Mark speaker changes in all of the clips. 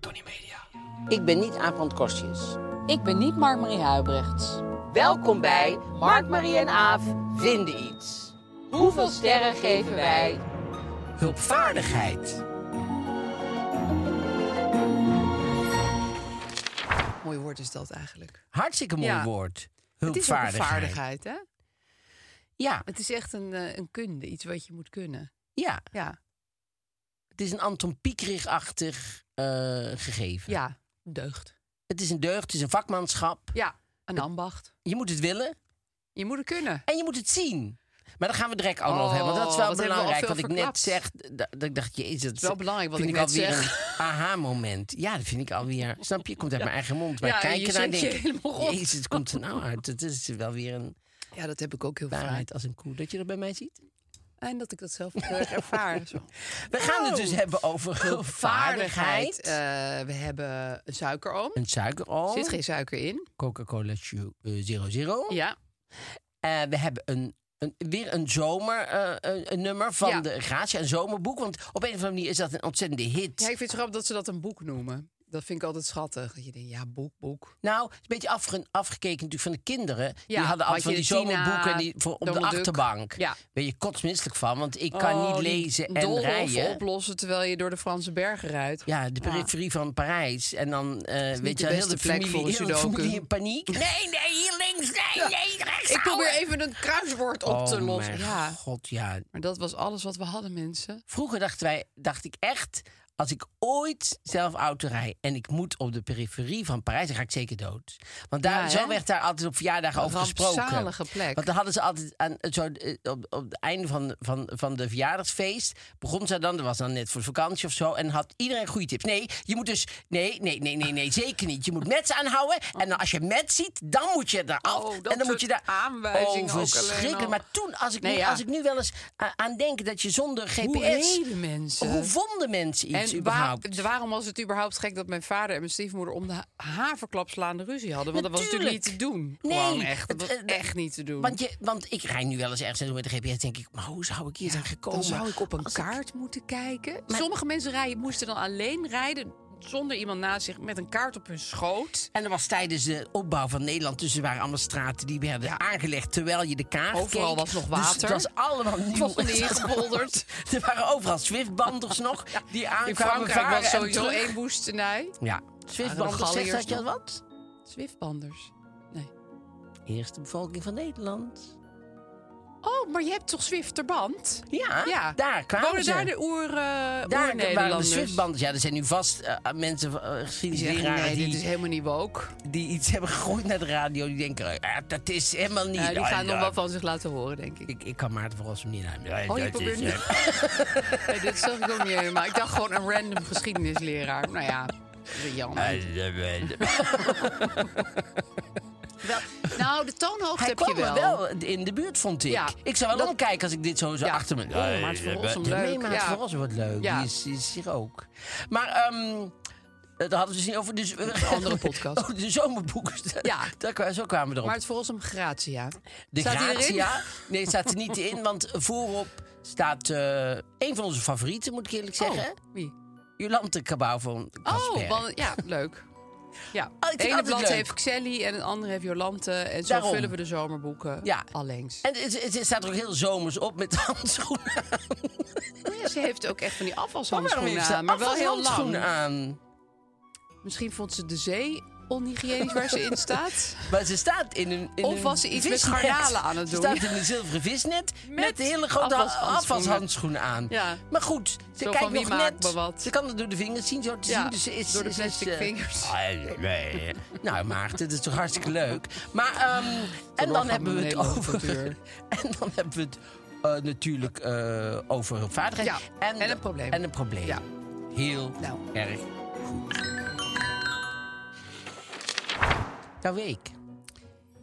Speaker 1: Tony Media.
Speaker 2: Ik ben niet Aap van het Kostjes.
Speaker 3: Ik ben niet Mark-Marie Huibrechts.
Speaker 2: Welkom bij Mark, Marie en Aaf vinden iets. Hoeveel sterren geven wij? Hulpvaardigheid.
Speaker 1: Mooi woord is dat eigenlijk.
Speaker 4: Hartstikke mooi
Speaker 1: Ja.
Speaker 4: woord.
Speaker 1: Het is ook een
Speaker 4: Hulpvaardigheid.
Speaker 1: vaardigheid, hè?
Speaker 4: Ja,
Speaker 1: Het is echt een, eh, een kunde, iets wat je moet kunnen.
Speaker 4: ja,
Speaker 1: Ja,
Speaker 4: het is een Anton Piekrich-achtig eh, gegeven.
Speaker 1: ja, deugd.
Speaker 4: Het is een deugd, het is een vakmanschap.
Speaker 1: Ja, een ambacht.
Speaker 4: Je moet het willen
Speaker 1: Je moet het kunnen.
Speaker 4: en je moet het zien. Maar daar gaan we direct ook nog
Speaker 1: Oh,
Speaker 4: over hebben. Want dat is wel
Speaker 1: wat hebben we al
Speaker 4: belangrijk.
Speaker 1: veel
Speaker 4: Wat ik net
Speaker 1: verklapt.
Speaker 4: zeg, da- dat ik dacht, jezus. Dat
Speaker 1: is wel belangrijk wat
Speaker 4: vind
Speaker 1: ik
Speaker 4: ik
Speaker 1: net
Speaker 4: alweer
Speaker 1: zeg.
Speaker 4: een aha-moment. Ja, dat vind ik alweer. Snap je? Komt uit mijn eigen mond. Maar
Speaker 1: Ja, en je
Speaker 4: kijken naar
Speaker 1: zet je
Speaker 4: denk ik,
Speaker 1: helemaal rot.
Speaker 4: jezus, het komt er nou uit. Het is wel weer een
Speaker 1: Ja, dat heb ik ook heel vaak.
Speaker 4: waarheid als een koe. Dat je dat bij mij ziet.
Speaker 1: En dat ik dat zelf ook heel erg ervaar. Zo.
Speaker 4: We gaan
Speaker 1: Oh.
Speaker 4: het dus hebben over
Speaker 1: Vaardigheid.
Speaker 4: hulpvaardigheid.
Speaker 1: eh, we hebben een suikeroom.
Speaker 4: een
Speaker 1: Er
Speaker 4: suikeroom.
Speaker 1: zit geen suiker in.
Speaker 4: Coca-Cola Zero Zero. Zero.
Speaker 1: Ja,
Speaker 4: Eh, we hebben een, een, weer een zomernummer een een nummer van
Speaker 1: Ja.
Speaker 4: de Gratia, een zomerboek. Want op een of andere manier is dat een ontzettende hit.
Speaker 1: Ja, ik vind het grappig dat ze dat een boek noemen. Dat vind ik altijd schattig. Dat je denkt, ja, boek, boek.
Speaker 4: Nou, het is een beetje afge- afgekeken natuurlijk van de kinderen.
Speaker 1: Ja,
Speaker 4: die hadden altijd van die
Speaker 1: Maatje de Tina,
Speaker 4: zomerboeken die, voor, op de
Speaker 1: Donald Duck.
Speaker 4: achterbank.
Speaker 1: Ja.
Speaker 4: Ben je kotsmisselijk van, want ik kan
Speaker 1: Oh,
Speaker 4: niet
Speaker 1: die
Speaker 4: lezen en
Speaker 1: doolhof
Speaker 4: rijden.
Speaker 1: oplossen terwijl je door de Franse bergen rijdt.
Speaker 4: Ja, de periferie van Parijs. En dan eh, weet
Speaker 1: de
Speaker 4: je, wel, heel
Speaker 1: beste
Speaker 4: de
Speaker 1: plek
Speaker 4: familie,
Speaker 1: voor een
Speaker 4: heel de
Speaker 1: sudoku.
Speaker 4: familie in paniek. Nee, nee, hier links, nee, nee, rechts.
Speaker 1: Ik probeer
Speaker 4: houden.
Speaker 1: even een kruiswoord op te
Speaker 4: Oh,
Speaker 1: lossen.
Speaker 4: mijn
Speaker 1: Ja,
Speaker 4: god, ja.
Speaker 1: maar dat was alles wat we hadden, mensen.
Speaker 4: Vroeger dachten wij, dacht ik echt, als ik ooit zelf auto rijd en ik moet op de periferie van Parijs, dan ga ik zeker dood. Want daar,
Speaker 1: Ja, hè?
Speaker 4: zo werd daar altijd op verjaardagen over gesproken.
Speaker 1: Rampzalige plek.
Speaker 4: Want dan hadden ze altijd aan, zo, eh, op, op het einde van, van, van de verjaardagsfeest. begon ze dan, dat was dan net voor de vakantie of zo. en had iedereen goede tips. Nee, je moet dus. Nee, nee, nee, nee, nee, zeker niet. Je moet mets aanhouden. En dan, als je mets ziet, dan moet je eraf.
Speaker 1: Oh, dat
Speaker 4: en dan moet je
Speaker 1: soort
Speaker 4: daar.
Speaker 1: aanwijzingen ook alleen al.
Speaker 4: verschrikkelijk. Maar toen, als ik,
Speaker 1: Nee,
Speaker 4: nu,
Speaker 1: ja.
Speaker 4: als ik nu wel eens eh, aan denk dat je zonder GPS.
Speaker 1: Hoe reden mensen?
Speaker 4: Hoe vonden mensen iets
Speaker 1: en waar-
Speaker 4: überhaupt?
Speaker 1: waarom was het überhaupt gek dat mijn vader en mijn stiefmoeder om de ha- haverklap slaande ruzie hadden? Want dat was natuurlijk niet te
Speaker 4: Natuurlijk.
Speaker 1: doen.
Speaker 4: Nee,
Speaker 1: Gewoon echt, dat
Speaker 4: het-
Speaker 1: was
Speaker 4: het-
Speaker 1: echt niet te doen.
Speaker 4: Want, je, want ik rij nu wel eens ergens naartoe met de GPS. denk ik, maar hoe zou ik hier zijn gekomen?
Speaker 1: Dan zou ik op een
Speaker 4: Oh, Als
Speaker 1: kaart moeten kijken.
Speaker 4: Maar-
Speaker 1: Sommige mensen rijden, moesten dan alleen rijden zonder iemand naast zich met een kaart op hun schoot.
Speaker 4: En er was tijdens de opbouw van Nederland, dus er waren allemaal straten die werden aangelegd terwijl je de kaart
Speaker 1: Overal
Speaker 4: keek.
Speaker 1: was nog
Speaker 4: Dus
Speaker 1: water.
Speaker 4: het was allemaal nieuw.
Speaker 1: was nog niet
Speaker 4: Het was
Speaker 1: ingepolderd.
Speaker 4: allemaal- Er waren overal Swiftbanders nog die
Speaker 1: In
Speaker 4: aankwamen
Speaker 1: Frankrijk
Speaker 4: varen
Speaker 1: was
Speaker 4: en
Speaker 1: sowieso
Speaker 4: terug.
Speaker 1: één woestenij.
Speaker 4: Ja,
Speaker 1: Waren de
Speaker 4: Swiftbanders, zegt dat je
Speaker 1: Galliërs
Speaker 4: dat wat?
Speaker 1: Zwiftbanders. Nee.
Speaker 4: Eerste bevolking van Nederland.
Speaker 1: Oh, maar je hebt toch Zwifterband?
Speaker 4: Ja, daar kwamen
Speaker 1: Wonen
Speaker 4: ze.
Speaker 1: daar de oer, eh
Speaker 4: Daar waren de
Speaker 1: oer-Nederlanders?
Speaker 4: Swiftbanders. Ja, er zijn nu vast eh, mensen, uh,
Speaker 1: Die zeggen,
Speaker 4: geschiedenisleraren,
Speaker 1: nee,
Speaker 4: die,
Speaker 1: dit is helemaal niet woke.
Speaker 4: die iets hebben gegooid naar de radio. Die denken, eh, dat is helemaal niet...
Speaker 1: Ja, die
Speaker 4: Ah,
Speaker 1: gaan nog
Speaker 4: ja,
Speaker 1: wel van zich laten horen, denk ik.
Speaker 4: Ik, ik kan Maarten van Rossum niet aan.
Speaker 1: Oh, je probeert nu... Nee, dit zag ik ook niet helemaal. Ik dacht gewoon een random geschiedenisleraar. Nou ja, Jan. Nou, de toonhoogte
Speaker 4: Hij
Speaker 1: heb
Speaker 4: kwam
Speaker 1: je wel.
Speaker 4: er wel in de buurt, vond ik.
Speaker 1: Ja,
Speaker 4: ik zou wel
Speaker 1: dat-
Speaker 4: omkijken als ik dit zo, zo
Speaker 1: Ja.
Speaker 4: achter me...
Speaker 1: Oh, Maarten van Rossum,
Speaker 4: Nee,
Speaker 1: leuk.
Speaker 4: Maarten
Speaker 1: Ja.
Speaker 4: van Rossum, wat leuk.
Speaker 1: Ja.
Speaker 4: Die, is, die is hier ook. Maar ehm daar hadden we het niet over. Dus, een
Speaker 1: andere podcast.
Speaker 4: de zomerboeken.
Speaker 1: Ja.
Speaker 4: Daar, kwa- zo kwamen we erop.
Speaker 1: Maar het volgens hem Gratia.
Speaker 4: de
Speaker 1: staat die erin?
Speaker 4: Gratia. Nee, het staat er niet in. Want voorop staat eh een van onze favorieten, moet ik eerlijk zeggen.
Speaker 1: Oh, Wie?
Speaker 4: Jolante Cabau van
Speaker 1: Oh,
Speaker 4: Kasper.
Speaker 1: want, ja, leuk. Ja,
Speaker 4: Oh, ik
Speaker 1: het
Speaker 4: vind
Speaker 1: ene
Speaker 4: altijd
Speaker 1: blad
Speaker 4: leuk.
Speaker 1: heeft Xelly en het andere heeft Jolante. En zo
Speaker 4: Daarom.
Speaker 1: vullen we de zomerboeken
Speaker 4: Ja.
Speaker 1: allengs.
Speaker 4: En het, het- het staat er ook heel zomers op met handschoenen aan.
Speaker 1: Ja, ze heeft ook echt van die
Speaker 4: Waarom heeft
Speaker 1: afvalshandschoenen
Speaker 4: ze
Speaker 1: aan, maar wel heel
Speaker 4: afvalhandschoenen
Speaker 1: lang.
Speaker 4: aan?
Speaker 1: Misschien vond ze de zee onhygiënisch waar ze in staat.
Speaker 4: Maar ze staat in een in
Speaker 1: Of
Speaker 4: een
Speaker 1: was ze iets met
Speaker 4: visnet.
Speaker 1: garnalen aan het
Speaker 4: Ze
Speaker 1: doen?
Speaker 4: staat in een zilveren visnet met,
Speaker 1: Met
Speaker 4: hele grote
Speaker 1: afwashandschoenen.
Speaker 4: afwashandschoenen aan.
Speaker 1: Ja.
Speaker 4: Maar goed, ze
Speaker 1: Zo
Speaker 4: kijkt
Speaker 1: van wie
Speaker 4: nog
Speaker 1: maakt
Speaker 4: net.
Speaker 1: me wat?
Speaker 4: Ze kan het door de vingers zien, zo te
Speaker 1: Ja,
Speaker 4: zien. Dus ze is,
Speaker 1: door de
Speaker 4: ze is,
Speaker 1: plastic
Speaker 4: eh,
Speaker 1: vingers.
Speaker 4: ah, eh, eh, eh. nou, Maarten, dat is toch hartstikke leuk. Maar, ehm, en
Speaker 1: gaan
Speaker 4: dan
Speaker 1: we
Speaker 4: hebben we het
Speaker 1: Nederland
Speaker 4: over.
Speaker 1: cultuur.
Speaker 4: En dan hebben we het eh, natuurlijk eh, over hulpvaardigheid.
Speaker 1: Ja, en een probleem.
Speaker 4: En een probleem.
Speaker 1: Ja.
Speaker 4: Heel
Speaker 1: Nou.
Speaker 4: erg goed. Jouw week.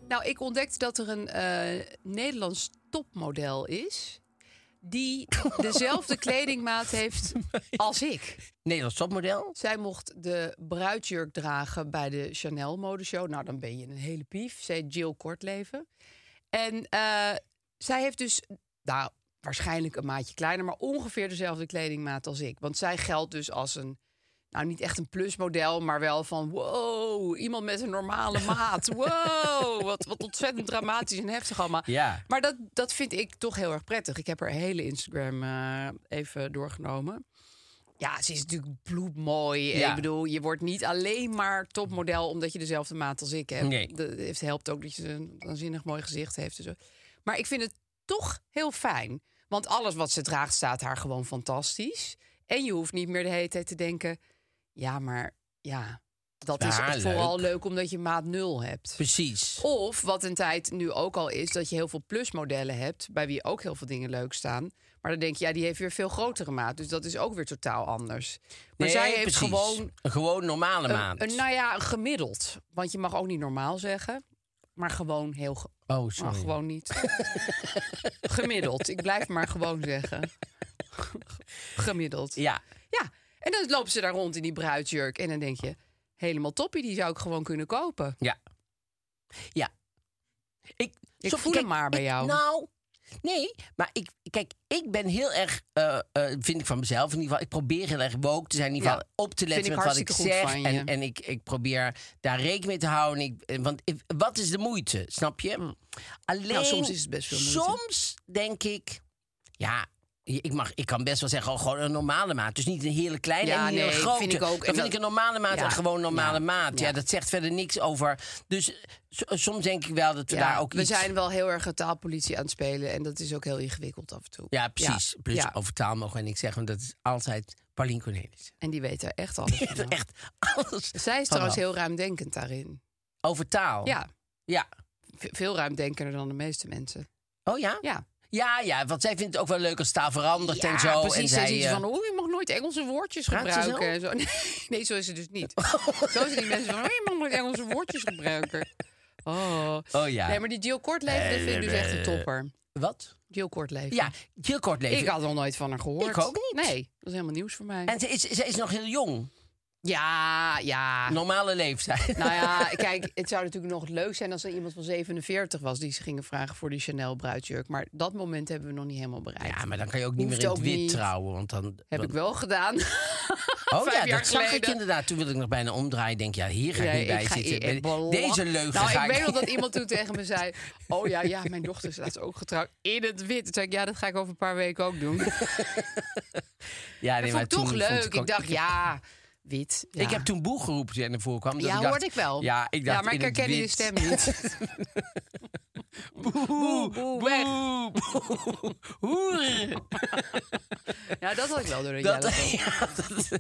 Speaker 1: Nou, ik ontdekte dat er een eh, Nederlands topmodel is... die dezelfde kledingmaat heeft als ik.
Speaker 4: Nederlands topmodel.
Speaker 1: Zij mocht de bruidsjurk dragen bij de Chanel modeshow. Nou, dan ben je een hele pief, zei Jill Kortleven. En eh, zij heeft dus, nou, waarschijnlijk een maatje kleiner... maar ongeveer dezelfde kledingmaat als ik. Want zij geldt dus als een, nou, niet echt een plusmodel... maar wel van, wow, iemand met een normale maat. Wow, wat, wat ontzettend dramatisch en heftig allemaal.
Speaker 4: Ja.
Speaker 1: Maar dat, dat vind ik toch heel erg prettig. Ik heb haar hele Instagram eh, even doorgenomen. Ja, ze is natuurlijk bloedmooi.
Speaker 4: Ja.
Speaker 1: Ik bedoel, je wordt niet alleen maar topmodel omdat je dezelfde maat als ik hebt.
Speaker 4: Nee.
Speaker 1: Dat heeft, helpt ook dat je een waanzinnig mooi gezicht heeft. En zo. Maar ik vind het toch heel fijn. Want alles wat ze draagt staat haar gewoon fantastisch. En je hoeft niet meer de hele tijd te denken... ja, maar ja, dat
Speaker 4: Bij
Speaker 1: is
Speaker 4: haar
Speaker 1: echt vooral
Speaker 4: leuk.
Speaker 1: leuk omdat je maat nul hebt.
Speaker 4: Precies.
Speaker 1: Of wat een tijd nu ook al is, dat je heel veel plusmodellen hebt, bij wie ook heel veel dingen leuk staan. Maar dan denk je, ja, die heeft weer veel grotere maat. Dus dat is ook weer totaal anders. Maar
Speaker 4: Nee,
Speaker 1: zij heeft
Speaker 4: precies.
Speaker 1: gewoon
Speaker 4: Een gewoon normale
Speaker 1: een,
Speaker 4: maand.
Speaker 1: een, nou ja, een gemiddeld. Want je mag ook niet normaal zeggen. Maar gewoon heel. ge-
Speaker 4: Oh,
Speaker 1: maar
Speaker 4: sorry.
Speaker 1: Ah, gewoon niet. gemiddeld. Ik blijf maar gewoon zeggen. gemiddeld.
Speaker 4: Ja.
Speaker 1: Ja. En dan lopen ze daar rond in die bruidsjurk. En dan denk je, helemaal toppie, die zou ik gewoon kunnen kopen.
Speaker 4: Ja. Ja. Ik,
Speaker 1: Ik
Speaker 4: Sof,
Speaker 1: voel hem maar bij
Speaker 4: ik-
Speaker 1: jou.
Speaker 4: Nou, nee, maar ik, kijk, ik ben heel erg, eh, eh, vind ik van mezelf in ieder geval, ik probeer heel erg woke te zijn, in ieder
Speaker 1: Ja.
Speaker 4: geval op te letten
Speaker 1: Vind ik
Speaker 4: met wat ik
Speaker 1: hartstikke goed
Speaker 4: zeg.
Speaker 1: van je.
Speaker 4: En, en ik, ik probeer daar rekening mee te houden. Ik, eh, want ik- wat is de moeite, snap je? Alleen,
Speaker 1: Nou, soms is het best veel moeite.
Speaker 4: Soms denk ik, ja. Ik, mag, ik kan best wel zeggen, oh, gewoon een normale maat. Dus niet een hele kleine
Speaker 1: Ja,
Speaker 4: en niet een
Speaker 1: nee,
Speaker 4: hele grote.
Speaker 1: vind ik ook.
Speaker 4: Dan
Speaker 1: En
Speaker 4: vind
Speaker 1: dat-
Speaker 4: ik een normale maat
Speaker 1: Ja.
Speaker 4: en gewoon normale
Speaker 1: Ja.
Speaker 4: maat. Ja,
Speaker 1: Ja.
Speaker 4: dat zegt verder niks over. Dus eh, so- soms denk ik wel dat we daar ook
Speaker 1: we
Speaker 4: iets...
Speaker 1: zijn wel heel erg een taalpolitie aan het spelen. En dat is ook heel ingewikkeld af en toe.
Speaker 4: Ja, precies. Plus
Speaker 1: ja.
Speaker 4: over taal mogen wij niks zeggen, want dat is altijd Paulien Cornelis.
Speaker 1: En die weet daar echt alles
Speaker 4: Die heeft
Speaker 1: van.
Speaker 4: er echt alles Oh.
Speaker 1: Zij is trouwens
Speaker 4: vanaf.
Speaker 1: heel ruimdenkend daarin.
Speaker 4: Over taal?
Speaker 1: Ja,
Speaker 4: Ja.
Speaker 1: ve- veel ruimdenkender dan de meeste mensen.
Speaker 4: Oh ja?
Speaker 1: Ja,
Speaker 4: Ja, ja, want zij vindt het ook wel leuk als taal verandert
Speaker 1: ja
Speaker 4: en zo.
Speaker 1: precies.
Speaker 4: en
Speaker 1: zij
Speaker 4: zij,
Speaker 1: is iets
Speaker 4: eh,
Speaker 1: van, oh, je mag nooit Engelse woordjes
Speaker 4: Praat ze
Speaker 1: gebruiken. en zo. Nee, nee, zo is het dus niet. zo zijn die mensen van, oh, je mag nooit Engelse woordjes gebruiken. Oh.
Speaker 4: Oh ja.
Speaker 1: Nee, maar die Jill Kortleven dat vind ik dus echt een topper.
Speaker 4: Wat?
Speaker 1: Jill Kortleven.
Speaker 4: Ja, heel kort leven.
Speaker 1: Ik had nog nooit van haar gehoord.
Speaker 4: Ik ook niet.
Speaker 1: Nee, dat is helemaal nieuws voor mij.
Speaker 4: En ze is, ze is nog heel jong.
Speaker 1: Ja, ja.
Speaker 4: Normale leeftijd.
Speaker 1: Nou ja, kijk, het zou natuurlijk nog leuk zijn als er iemand van 47 was die ze gingen vragen voor die Chanel bruidsjurk. Maar dat moment hebben we nog niet helemaal bereikt.
Speaker 4: Ja, maar dan kan je ook niet
Speaker 1: Hoeft
Speaker 4: meer in het
Speaker 1: ook
Speaker 4: wit
Speaker 1: niet.
Speaker 4: trouwen. Want dan,
Speaker 1: Heb
Speaker 4: dan-
Speaker 1: ik wel gedaan.
Speaker 4: Oh
Speaker 1: Vijf
Speaker 4: ja,
Speaker 1: jaar
Speaker 4: dat zag ik
Speaker 1: geleden.
Speaker 4: inderdaad. Toen wilde ik nog bijna omdraaien. Ik Denk, ja, hier ga ik
Speaker 1: Nee,
Speaker 4: niet bij
Speaker 1: ga-
Speaker 4: zitten.
Speaker 1: ik- ik belach-
Speaker 4: Deze leugen
Speaker 1: Nou,
Speaker 4: ga
Speaker 1: ik weet nog dat iemand toen tegen me zei... oh ja, ja, mijn dochter is laatst ook getrouwd in het wit. Toen zei ik, ja, dat ga ik over een paar weken ook doen. Dat
Speaker 4: Ja, nee,
Speaker 1: vond ik
Speaker 4: toen
Speaker 1: toch leuk.
Speaker 4: vond
Speaker 1: ik,
Speaker 4: ook-
Speaker 1: dacht, ja, wit. ja.
Speaker 4: Ik heb toen boe geroepen toen jij naar voren kwam. dat
Speaker 1: Ja,
Speaker 4: dacht-
Speaker 1: hoorde ik wel.
Speaker 4: Ja, ik dacht,
Speaker 1: ja maar ik
Speaker 4: in het
Speaker 1: herken je
Speaker 4: wit.
Speaker 1: stem niet.
Speaker 4: Boe,
Speaker 1: boe,
Speaker 4: weg.
Speaker 1: weg.
Speaker 4: Boe, hoer.
Speaker 1: Ja, dat had ik wel door de
Speaker 4: Dat,
Speaker 1: jaren heen.
Speaker 4: ja,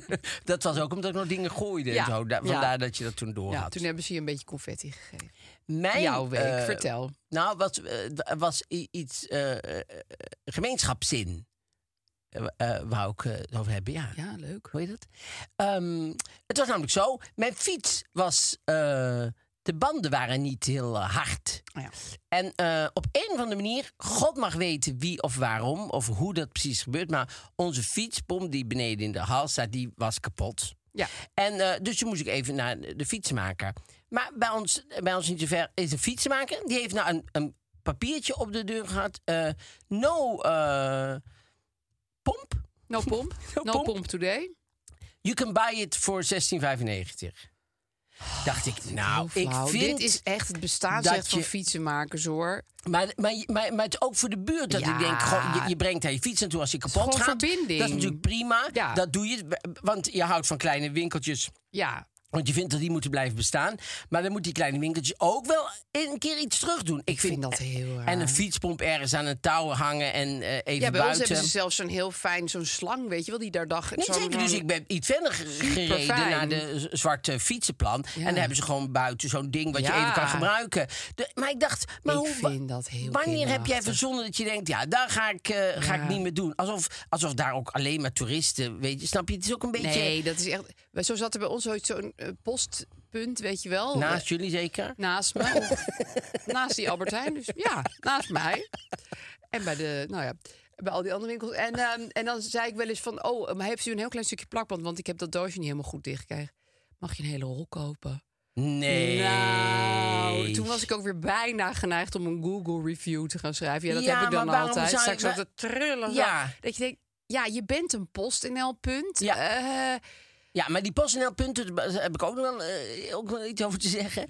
Speaker 4: dat, dat was ook omdat ik nog dingen gooide en
Speaker 1: Ja,
Speaker 4: zo. Da-
Speaker 1: ja.
Speaker 4: vandaar dat je dat toen door
Speaker 1: Ja,
Speaker 4: had.
Speaker 1: toen hebben ze je een beetje confetti gegeven.
Speaker 4: Mijn,
Speaker 1: Jouw week,
Speaker 4: eh,
Speaker 1: vertel.
Speaker 4: Nou, was, eh, d- was i- iets eh, eh, gemeenschapszin. Eh, eh, wou ik eh, het over hebben, ja.
Speaker 1: Ja, leuk.
Speaker 4: Hoe heet dat? Ehm, het was namelijk zo, mijn fiets was... eh, de banden waren niet heel eh, hard.
Speaker 1: Ja.
Speaker 4: En eh, op een of andere manier, God mag weten wie of waarom of hoe dat precies gebeurt, maar onze fietspomp die beneden in de hal staat, die was kapot.
Speaker 1: Ja.
Speaker 4: En eh, dus toen moest ik even naar de fietsenmaker. Maar bij ons, bij ons niet zo ver is een fietsenmaker. Die heeft nou een, een papiertje op de deur gehad. eh, no eh, pomp.
Speaker 1: No pomp.
Speaker 4: No
Speaker 1: No,
Speaker 4: pomp.
Speaker 1: pomp today.
Speaker 4: You can buy it for 16,95. dacht ik, nou,
Speaker 1: Heel
Speaker 4: ik
Speaker 1: Oh, flauw.
Speaker 4: vind...
Speaker 1: Dit is echt het
Speaker 4: dat
Speaker 1: bestaansrecht van
Speaker 4: je-
Speaker 1: fietsenmakers, hoor.
Speaker 4: Maar, maar, maar, maar het is ook voor de buurt dat
Speaker 1: Ja.
Speaker 4: ik denk, goh, je, je brengt daar je fiets naartoe als je
Speaker 1: is
Speaker 4: kapot
Speaker 1: gewoon
Speaker 4: gaat.
Speaker 1: verbinding.
Speaker 4: Dat is natuurlijk prima,
Speaker 1: Ja.
Speaker 4: dat doe je. Want je houdt van kleine winkeltjes,
Speaker 1: Ja,
Speaker 4: want je vindt dat die moeten blijven bestaan. Maar dan moet die kleine winkeltjes ook wel een keer iets terug doen. Ik,
Speaker 1: vind dat heel raar.
Speaker 4: En een fietspomp ergens aan een touw hangen en eh, even
Speaker 1: ja bij ons
Speaker 4: buiten.
Speaker 1: hebben ze zelfs zo'n heel fijn, zo'n slang, weet je wel, die daar dag...
Speaker 4: Nee,
Speaker 1: zo'n- eh,
Speaker 4: zeker. Dus
Speaker 1: zo'n-
Speaker 4: ik ben iets verder ge- gereden
Speaker 1: fijn.
Speaker 4: naar de z- zwarte fietsenplan. En daar hebben ze gewoon buiten zo'n ding wat je
Speaker 1: Ja.
Speaker 4: even kan gebruiken. De- maar ik dacht, maar
Speaker 1: Ik
Speaker 4: hoe, wa-
Speaker 1: vind dat heel
Speaker 4: wanneer heb jij
Speaker 1: kinderachtig.
Speaker 4: verzonnen dat je denkt... ja, daar ga ik, eh, ga ik niet meer doen. Alsof, alsof daar ook alleen maar toeristen... Weet je, snap je? Het is ook een beetje...
Speaker 1: Nee, dat is echt... Zo zat er bij ons ooit zo'n eh, postpunt, weet je wel. Eh,
Speaker 4: Naast jullie zeker?
Speaker 1: Naast me. naast die Albert Heijn. Dus ja, naast mij. En bij de, nou ja, bij al die andere winkels. En, ehm, en dan zei ik wel eens van, oh, maar heeft u een heel klein stukje plakband? Want ik heb dat doosje niet helemaal goed dichtgekregen. Mag je een hele rol kopen?
Speaker 4: Nee.
Speaker 1: Nou, toen was ik ook weer bijna geneigd om een Google review te gaan schrijven. Ja, dat
Speaker 4: Ja,
Speaker 1: heb ik dan
Speaker 4: maar waarom
Speaker 1: altijd.
Speaker 4: zou
Speaker 1: Sta
Speaker 4: je-
Speaker 1: ik zo te trillen.
Speaker 4: Ja.
Speaker 1: zo. Dat je denkt, ja, je bent een PostNL punt.
Speaker 4: Ja. Nou,
Speaker 1: Eh,
Speaker 4: Ja, maar die PostNL-punten, daar heb ik ook nog wel, eh, ook wel iets over te zeggen.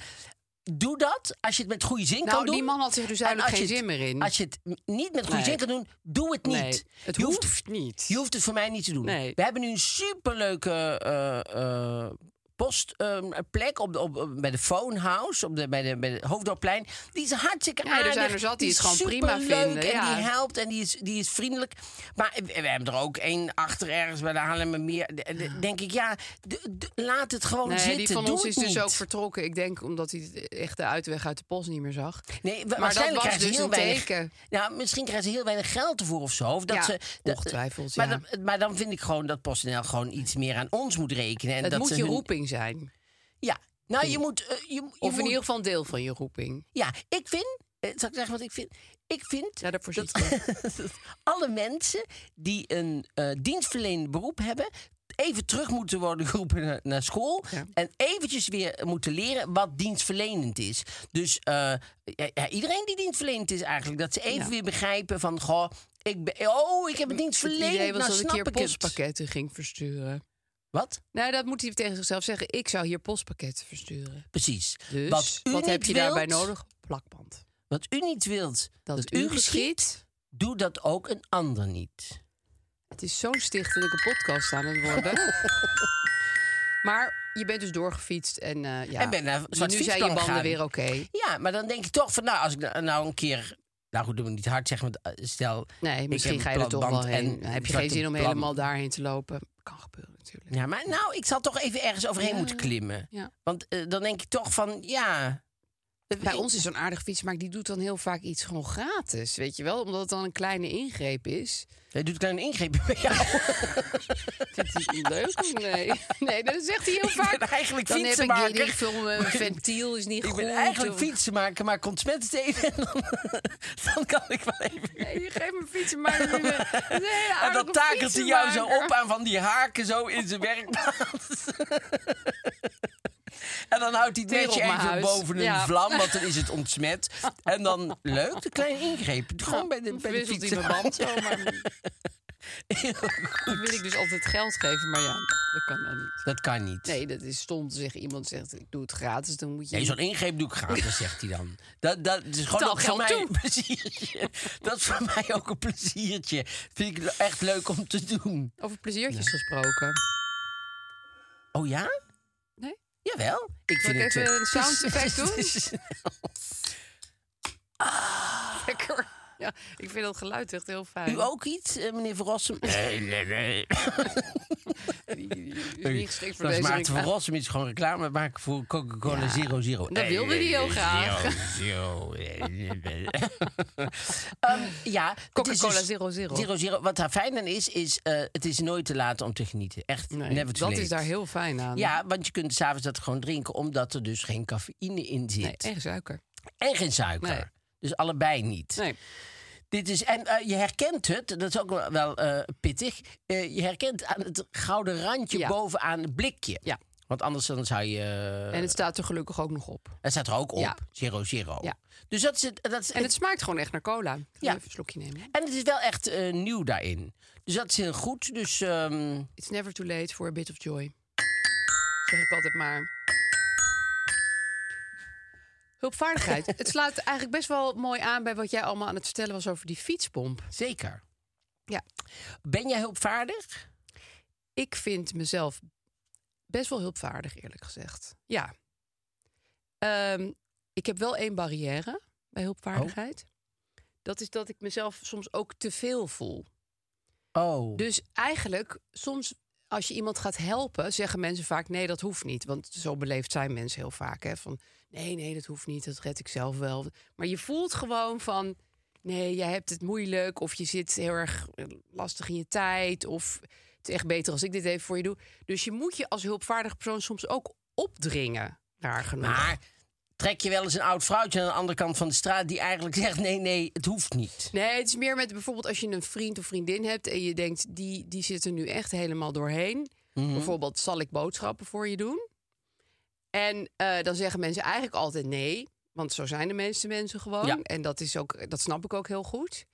Speaker 4: Doe dat als je het met goede zin
Speaker 1: Nou,
Speaker 4: kan doen.
Speaker 1: die man had zich dus
Speaker 4: En
Speaker 1: duidelijk
Speaker 4: als je
Speaker 1: geen
Speaker 4: het-
Speaker 1: zin meer in.
Speaker 4: Als je het m- niet met goede
Speaker 1: Nee.
Speaker 4: zin kan doen, doe het niet.
Speaker 1: Nee, het
Speaker 4: Je
Speaker 1: hoeft, niet.
Speaker 4: Je hoeft het voor mij niet te doen.
Speaker 1: Nee.
Speaker 4: We hebben nu een superleuke eh, eh, postplek op de, op, op- bij de Phone House, op de, bij, de, bij de Hoofddorpplein. Die is hartstikke
Speaker 1: Ja, er
Speaker 4: aardig.
Speaker 1: zijn er zat die het
Speaker 4: is
Speaker 1: gewoon prima
Speaker 4: superleuk
Speaker 1: vinden, ja.
Speaker 4: En die helpt en die is, die is vriendelijk. Maar we we hebben er ook één achter ergens bij de Haarlemmermeer. De- de- Denk ik, ja, de- de- laat het gewoon
Speaker 1: Nee,
Speaker 4: zitten.
Speaker 1: die van
Speaker 4: Doe
Speaker 1: ons
Speaker 4: het
Speaker 1: is dus
Speaker 4: niet.
Speaker 1: ook vertrokken. Ik denk omdat hij de- echt de uitweg uit de post niet meer zag.
Speaker 4: Nee, wa-
Speaker 1: dat
Speaker 4: waarschijnlijk
Speaker 1: was
Speaker 4: krijgen ze
Speaker 1: dus
Speaker 4: heel
Speaker 1: een
Speaker 4: weinig-
Speaker 1: teken.
Speaker 4: Nou, misschien krijgen ze heel weinig geld ervoor of zo. Of dat
Speaker 1: Ja,
Speaker 4: ze, dat-
Speaker 1: ongetwijfeld,
Speaker 4: Maar,
Speaker 1: ja.
Speaker 4: dan, maar dan vind ik gewoon dat PostNL gewoon iets meer aan ons moet rekenen. En
Speaker 1: het
Speaker 4: dat
Speaker 1: moet
Speaker 4: ze
Speaker 1: je
Speaker 4: hun-
Speaker 1: roeping zijn.
Speaker 4: Ja, nou je moet... eh, je, je
Speaker 1: Of in
Speaker 4: moet-
Speaker 1: ieder geval een deel van je roeping.
Speaker 4: Ja, ik vind... eh, zal ik zeggen wat ik vind? Ik vind
Speaker 1: Ja, daarvoor zit
Speaker 4: dat alle mensen die een eh dienstverlenend beroep hebben... even terug moeten worden geroepen naar, naar school...
Speaker 1: Ja.
Speaker 4: en eventjes weer moeten leren wat dienstverlenend is. Dus eh, ja, ja, iedereen die dienstverlenend is eigenlijk... dat ze even
Speaker 1: Ja.
Speaker 4: weer begrijpen van... Goh, ik ben, oh, ik heb een
Speaker 1: het idee
Speaker 4: dienstverlenend,
Speaker 1: was
Speaker 4: nou
Speaker 1: dat
Speaker 4: snap
Speaker 1: ik
Speaker 4: ik
Speaker 1: hier
Speaker 4: het.
Speaker 1: postpakketten ging versturen.
Speaker 4: Wat?
Speaker 1: Nou, dat moet hij tegen zichzelf zeggen. Ik zou hier postpakketten versturen.
Speaker 4: Precies.
Speaker 1: Dus
Speaker 4: wat u niet
Speaker 1: heb je
Speaker 4: wilt,
Speaker 1: daarbij nodig? Plakband.
Speaker 4: Wat u niet wilt
Speaker 1: Dat,
Speaker 4: dat,
Speaker 1: u geschiet.
Speaker 4: doe dat ook een ander niet.
Speaker 1: Het is zo'n stichtelijke podcast aan het worden. maar je bent dus doorgefietst en eh, ja.
Speaker 4: En ben naar
Speaker 1: nu
Speaker 4: Zwart
Speaker 1: zijn je
Speaker 4: Fietsplan
Speaker 1: banden
Speaker 4: gegaan.
Speaker 1: weer oké.
Speaker 4: Ja, maar dan denk je toch van, nou, als ik na- nou een keer... Nou goed, doen we niet hard zeggen, want eh, stel...
Speaker 1: Nee,
Speaker 4: ik
Speaker 1: misschien
Speaker 4: heb
Speaker 1: ga je
Speaker 4: een
Speaker 1: er toch wel
Speaker 4: platband
Speaker 1: heen.
Speaker 4: en
Speaker 1: Dan heb je geen
Speaker 4: zwarte
Speaker 1: zin om
Speaker 4: plan.
Speaker 1: helemaal daarheen te lopen. Kan gebeuren natuurlijk.
Speaker 4: Ja, maar nou, ik zal toch even ergens overheen
Speaker 1: Ja.
Speaker 4: moeten klimmen.
Speaker 1: Ja.
Speaker 4: Want eh, dan denk je toch van, ja...
Speaker 1: Bij ons is zo'n aardig fietsmaker, die doet dan heel vaak iets gewoon gratis. Weet je wel? Omdat het dan een kleine ingreep is.
Speaker 4: Hij doet een kleine ingreep bij jou.
Speaker 1: Vindt hij leuk of nee? Nee, dat zegt hij heel
Speaker 4: Ik ben
Speaker 1: vaak.
Speaker 4: eigenlijk
Speaker 1: dan heb ik
Speaker 4: fietsenmaker.
Speaker 1: die, die film, eh, ventiel is niet
Speaker 4: Ik
Speaker 1: goed.
Speaker 4: ben eigenlijk
Speaker 1: of-
Speaker 4: fietsen maken, maar komt met het even. En dan, dan kan ik wel even...
Speaker 1: Nee, je geeft me fietsenmaker. nu een- een hele
Speaker 4: En
Speaker 1: aardige
Speaker 4: dan takelt ze jou zo
Speaker 1: fietsenmaker.
Speaker 4: op aan van die haken zo in zijn werkplaats. En dan houdt hij het
Speaker 1: Weer
Speaker 4: netje
Speaker 1: op mijn
Speaker 4: even
Speaker 1: huis.
Speaker 4: boven een
Speaker 1: Ja.
Speaker 4: vlam, want dan is het ontsmet. En dan, leuk, de kleine ingreep. Gewoon bij de,
Speaker 1: Dan
Speaker 4: bij de fietsen.
Speaker 1: verwisselt hij mijn band zo. Maar dan wil ik dus altijd geld geven. Maar ja, dat kan dan niet.
Speaker 4: Dat kan niet. Nee,
Speaker 1: Nee, dat is stom te zeggen. Iemand zegt, ik doe het gratis, dan moet je...
Speaker 4: zo'n ingreep doe ik gratis, zegt hij dan. Dat, dat is gewoon
Speaker 1: Betaal
Speaker 4: ook voor
Speaker 1: geld
Speaker 4: mij
Speaker 1: toe.
Speaker 4: een pleziertje. Dat is voor mij ook een pleziertje. Vind ik echt leuk om te doen.
Speaker 1: Over pleziertjes gesproken.
Speaker 4: Oh ja?
Speaker 1: Nee?
Speaker 4: Jawel. Ik
Speaker 1: Zal
Speaker 4: vind
Speaker 1: ik
Speaker 4: het,
Speaker 1: even
Speaker 4: eh,
Speaker 1: een sound effect doen? Lekker. Ja, ik vind dat geluid echt heel fijn.
Speaker 4: U ook iets, eh, meneer Van Rossum? Nee, nee, nee.
Speaker 1: Die is niet geschikt voor
Speaker 4: Dat is
Speaker 1: deze
Speaker 4: Maarten van
Speaker 1: reclame.
Speaker 4: Rossum is gewoon reclame maken voor Coca-Cola Zero Zero.
Speaker 1: dat wilde hij heel graag.
Speaker 4: Zero, zero. Ehm, ja,
Speaker 1: Coca-Cola
Speaker 4: Zero
Speaker 1: Zero Zero.
Speaker 4: Zero Zero. Wat daar fijn aan is, is eh, het is nooit te laat om te genieten. Echt, never too
Speaker 1: dat is
Speaker 4: late.
Speaker 1: daar heel fijn aan.
Speaker 4: Ja, want je kunt s'avonds dat gewoon drinken, omdat er dus geen cafeïne in zit.
Speaker 1: Nee, en suiker.
Speaker 4: En geen suiker.
Speaker 1: Nee.
Speaker 4: Dus allebei niet.
Speaker 1: Nee.
Speaker 4: Dit is, en eh, je herkent het, dat is ook wel- wel eh, pittig. Eh, je herkent aan het gouden randje
Speaker 1: Ja.
Speaker 4: bovenaan het blikje.
Speaker 1: Ja.
Speaker 4: Want anders dan zou je. eh,
Speaker 1: En het staat er gelukkig ook nog op.
Speaker 4: het staat er ook op.
Speaker 1: Ja.
Speaker 4: Zero, zero.
Speaker 1: Ja.
Speaker 4: Dus dat is het. Dat is,
Speaker 1: En het smaakt gewoon echt naar cola. Ik ga
Speaker 4: Ja.
Speaker 1: Even een slokje nemen.
Speaker 4: en het is wel echt eh, nieuw daarin. Dus dat is heel goed. Dus ehm,
Speaker 1: It's never too late for a bit of joy. Zeg ik altijd maar. Hulpvaardigheid. het slaat eigenlijk best wel mooi aan bij wat jij allemaal aan het vertellen was over die fietspomp.
Speaker 4: Zeker.
Speaker 1: Ja.
Speaker 4: Ben jij hulpvaardig?
Speaker 1: Ik vind mezelf best wel hulpvaardig, eerlijk gezegd. Ja. Ehm, ik heb wel één barrière bij hulpvaardigheid. Dat is dat ik mezelf soms ook te veel voel.
Speaker 4: Oh.
Speaker 1: Dus eigenlijk, soms als je iemand gaat helpen, zeggen mensen vaak: nee, dat hoeft niet. Want zo beleefd zijn mensen heel vaak. Hè? Van nee, nee, dat hoeft niet. Dat red ik zelf wel. Maar je voelt gewoon van. Nee, jij hebt het moeilijk. Of je zit heel erg eh, lastig in je tijd. Of het is echt beter als ik dit even voor je doe. Dus je moet je als hulpvaardig persoon soms ook opdringen. Raar genoeg.
Speaker 4: Maar trek je wel eens een oud vrouwtje aan de andere kant van de straat die eigenlijk zegt: nee, nee, het hoeft niet.
Speaker 1: Nee, het is meer met bijvoorbeeld als je een vriend of vriendin hebt en je denkt, die, die zit er nu echt helemaal doorheen.
Speaker 4: Mhm.
Speaker 1: Bijvoorbeeld, zal ik boodschappen voor je doen? En eh, dan zeggen mensen eigenlijk altijd nee, want zo zijn de meeste mensen gewoon.
Speaker 4: Ja.
Speaker 1: En dat, is ook, dat snap ik ook heel goed.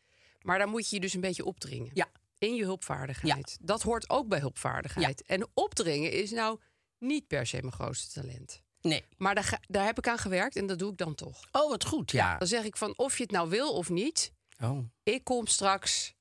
Speaker 1: Maar daar moet je je dus een beetje opdringen.
Speaker 4: Ja.
Speaker 1: In je hulpvaardigheid. Dat hoort ook bij hulpvaardigheid. En opdringen is nou niet per se mijn grootste talent.
Speaker 4: Nee.
Speaker 1: Maar daar, ga- daar heb ik aan gewerkt en dat doe ik dan toch.
Speaker 4: Oh, wat goed, ja.
Speaker 1: Dan zeg ik van of je het nou wil of niet,
Speaker 4: Oh.
Speaker 1: ik kom straks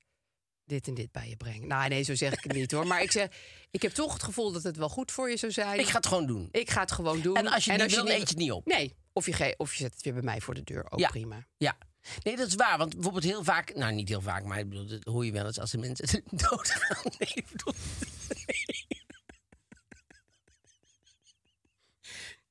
Speaker 1: dit en dit bij je brengen. Nou, nee, zo zeg ik het niet hoor. Maar ik zeg, ik heb toch het gevoel dat het wel goed voor je zou zijn.
Speaker 4: Ik ga het gewoon doen.
Speaker 1: Ik ga het gewoon doen.
Speaker 4: En als je het niet wil, eet je het niet op.
Speaker 1: Nee, of je, ge- of je zet het weer bij mij voor de deur, ook
Speaker 4: Ja.
Speaker 1: prima.
Speaker 4: Ja. Nee, dat is waar. Want bijvoorbeeld heel vaak... Nou, niet heel vaak, maar ik bedoel, dat hoor je wel eens als de mensen doodgaan. Nee, ik bedoel...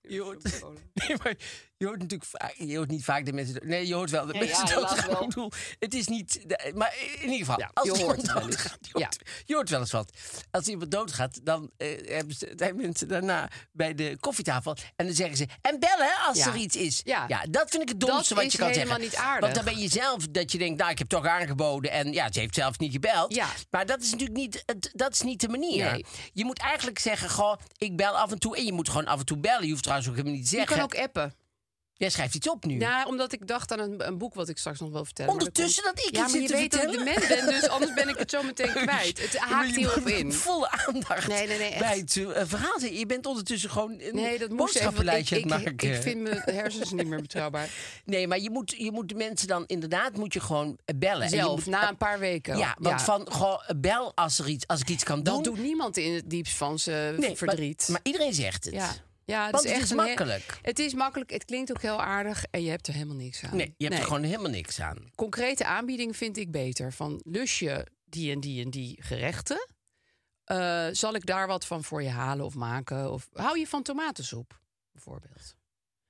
Speaker 4: Je hoort, nee, maar je hoort natuurlijk vaak, je hoort niet vaak de mensen. dood- Nee, je hoort wel de mensen
Speaker 2: ja,
Speaker 4: doodgaan.
Speaker 2: helaas wel.
Speaker 4: Ik bedoel, het is niet. de- Maar in ieder geval,
Speaker 1: Ja,
Speaker 4: als
Speaker 1: je
Speaker 4: iemand
Speaker 1: hoort het wel eens.
Speaker 4: doodgaat, je, hoort, je hoort wel eens wat. Als iemand doodgaat, dan eh, hebben ze, zijn mensen daarna bij de koffietafel en dan zeggen ze en bellen als
Speaker 1: Ja.
Speaker 4: er iets is.
Speaker 1: Ja.
Speaker 4: dat vind ik het domste
Speaker 1: Dat
Speaker 4: wat
Speaker 1: is
Speaker 4: je kan zeggen.
Speaker 1: helemaal niet aardig.
Speaker 4: Want dan ben je zelf dat je denkt, nou, ik heb toch aangeboden en ja, ze heeft zelf niet gebeld.
Speaker 1: Ja.
Speaker 4: Maar dat is natuurlijk niet, het- dat is niet de manier.
Speaker 1: Nee.
Speaker 4: Je moet eigenlijk zeggen, goh, ik bel af en toe. En je moet gewoon af en toe bellen. Je hoeft trouwens ook helemaal niet te
Speaker 1: Je
Speaker 4: zeggen.
Speaker 1: kan ook appen.
Speaker 4: Jij schrijft iets op nu.
Speaker 1: Nou, omdat ik dacht aan een, een boek wat ik straks nog wil vertellen. maar
Speaker 4: Ondertussen
Speaker 1: komt-
Speaker 4: dat ik
Speaker 1: ja,
Speaker 4: het
Speaker 1: maar
Speaker 4: zit
Speaker 1: je
Speaker 4: te
Speaker 1: weet dat ik de
Speaker 4: vertellen.
Speaker 1: mens ben, dus anders ben ik het zo meteen kwijt. Het haakt
Speaker 4: Je
Speaker 1: hierop
Speaker 4: moet
Speaker 1: in.
Speaker 4: Volle aandacht
Speaker 1: Nee, nee, nee, echt.
Speaker 4: bij het eh, verhaal. zijn. Je bent ondertussen gewoon een
Speaker 1: Nee, dat moest even. want Ik,
Speaker 4: boodschappenlijstje
Speaker 1: ik,
Speaker 4: aan het
Speaker 1: ik,
Speaker 4: maken.
Speaker 1: vind mijn hersens niet meer betrouwbaar.
Speaker 4: Nee, maar je moet, je moet de mensen dan inderdaad moet je gewoon eh, bellen. En je
Speaker 1: Zelf,
Speaker 4: moet-
Speaker 1: na een paar weken.
Speaker 4: Ja, want van, goh, bel als, er iets, als ik iets kan doen.
Speaker 1: Dat doet niemand in het diepst van zijn
Speaker 4: Nee, maar-
Speaker 1: verdriet.
Speaker 4: Maar, iedereen zegt het.
Speaker 1: ja. Ja, het
Speaker 4: Want
Speaker 1: is
Speaker 4: het
Speaker 1: echt
Speaker 4: is
Speaker 1: een he-
Speaker 4: makkelijk.
Speaker 1: Het is makkelijk, het klinkt ook heel aardig en je hebt er helemaal niks aan.
Speaker 4: Nee, je hebt er gewoon helemaal niks aan.
Speaker 1: Concrete aanbiedingen vind ik beter. Van lus je die en die en die gerechten? Eh, zal ik daar wat van voor je halen of maken? Of hou je van tomatensoep, bijvoorbeeld?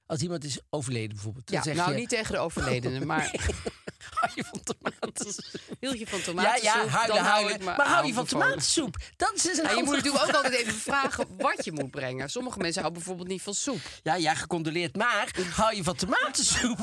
Speaker 4: Als iemand is overleden bijvoorbeeld. dan
Speaker 1: ja,
Speaker 4: zeg
Speaker 1: nou,
Speaker 4: je,
Speaker 1: niet tegen de overledene, maar
Speaker 4: Hou je van tomatensoep?
Speaker 1: hield je van
Speaker 4: Ja,
Speaker 1: tomatensoep?
Speaker 4: ja, huilen,
Speaker 1: dan hou ik
Speaker 4: huilen.
Speaker 1: me
Speaker 4: Maar,
Speaker 1: aan
Speaker 4: hou je van
Speaker 1: bevolen.
Speaker 4: tomatensoep? Dat is dus een
Speaker 1: Nou, je moet
Speaker 4: andere
Speaker 1: natuurlijk ook
Speaker 4: vraag.
Speaker 1: altijd even vragen wat je moet brengen. Sommige mensen houden bijvoorbeeld niet van soep.
Speaker 4: Ja, ja, gecondoleerd. Maar hou je van tomatensoep?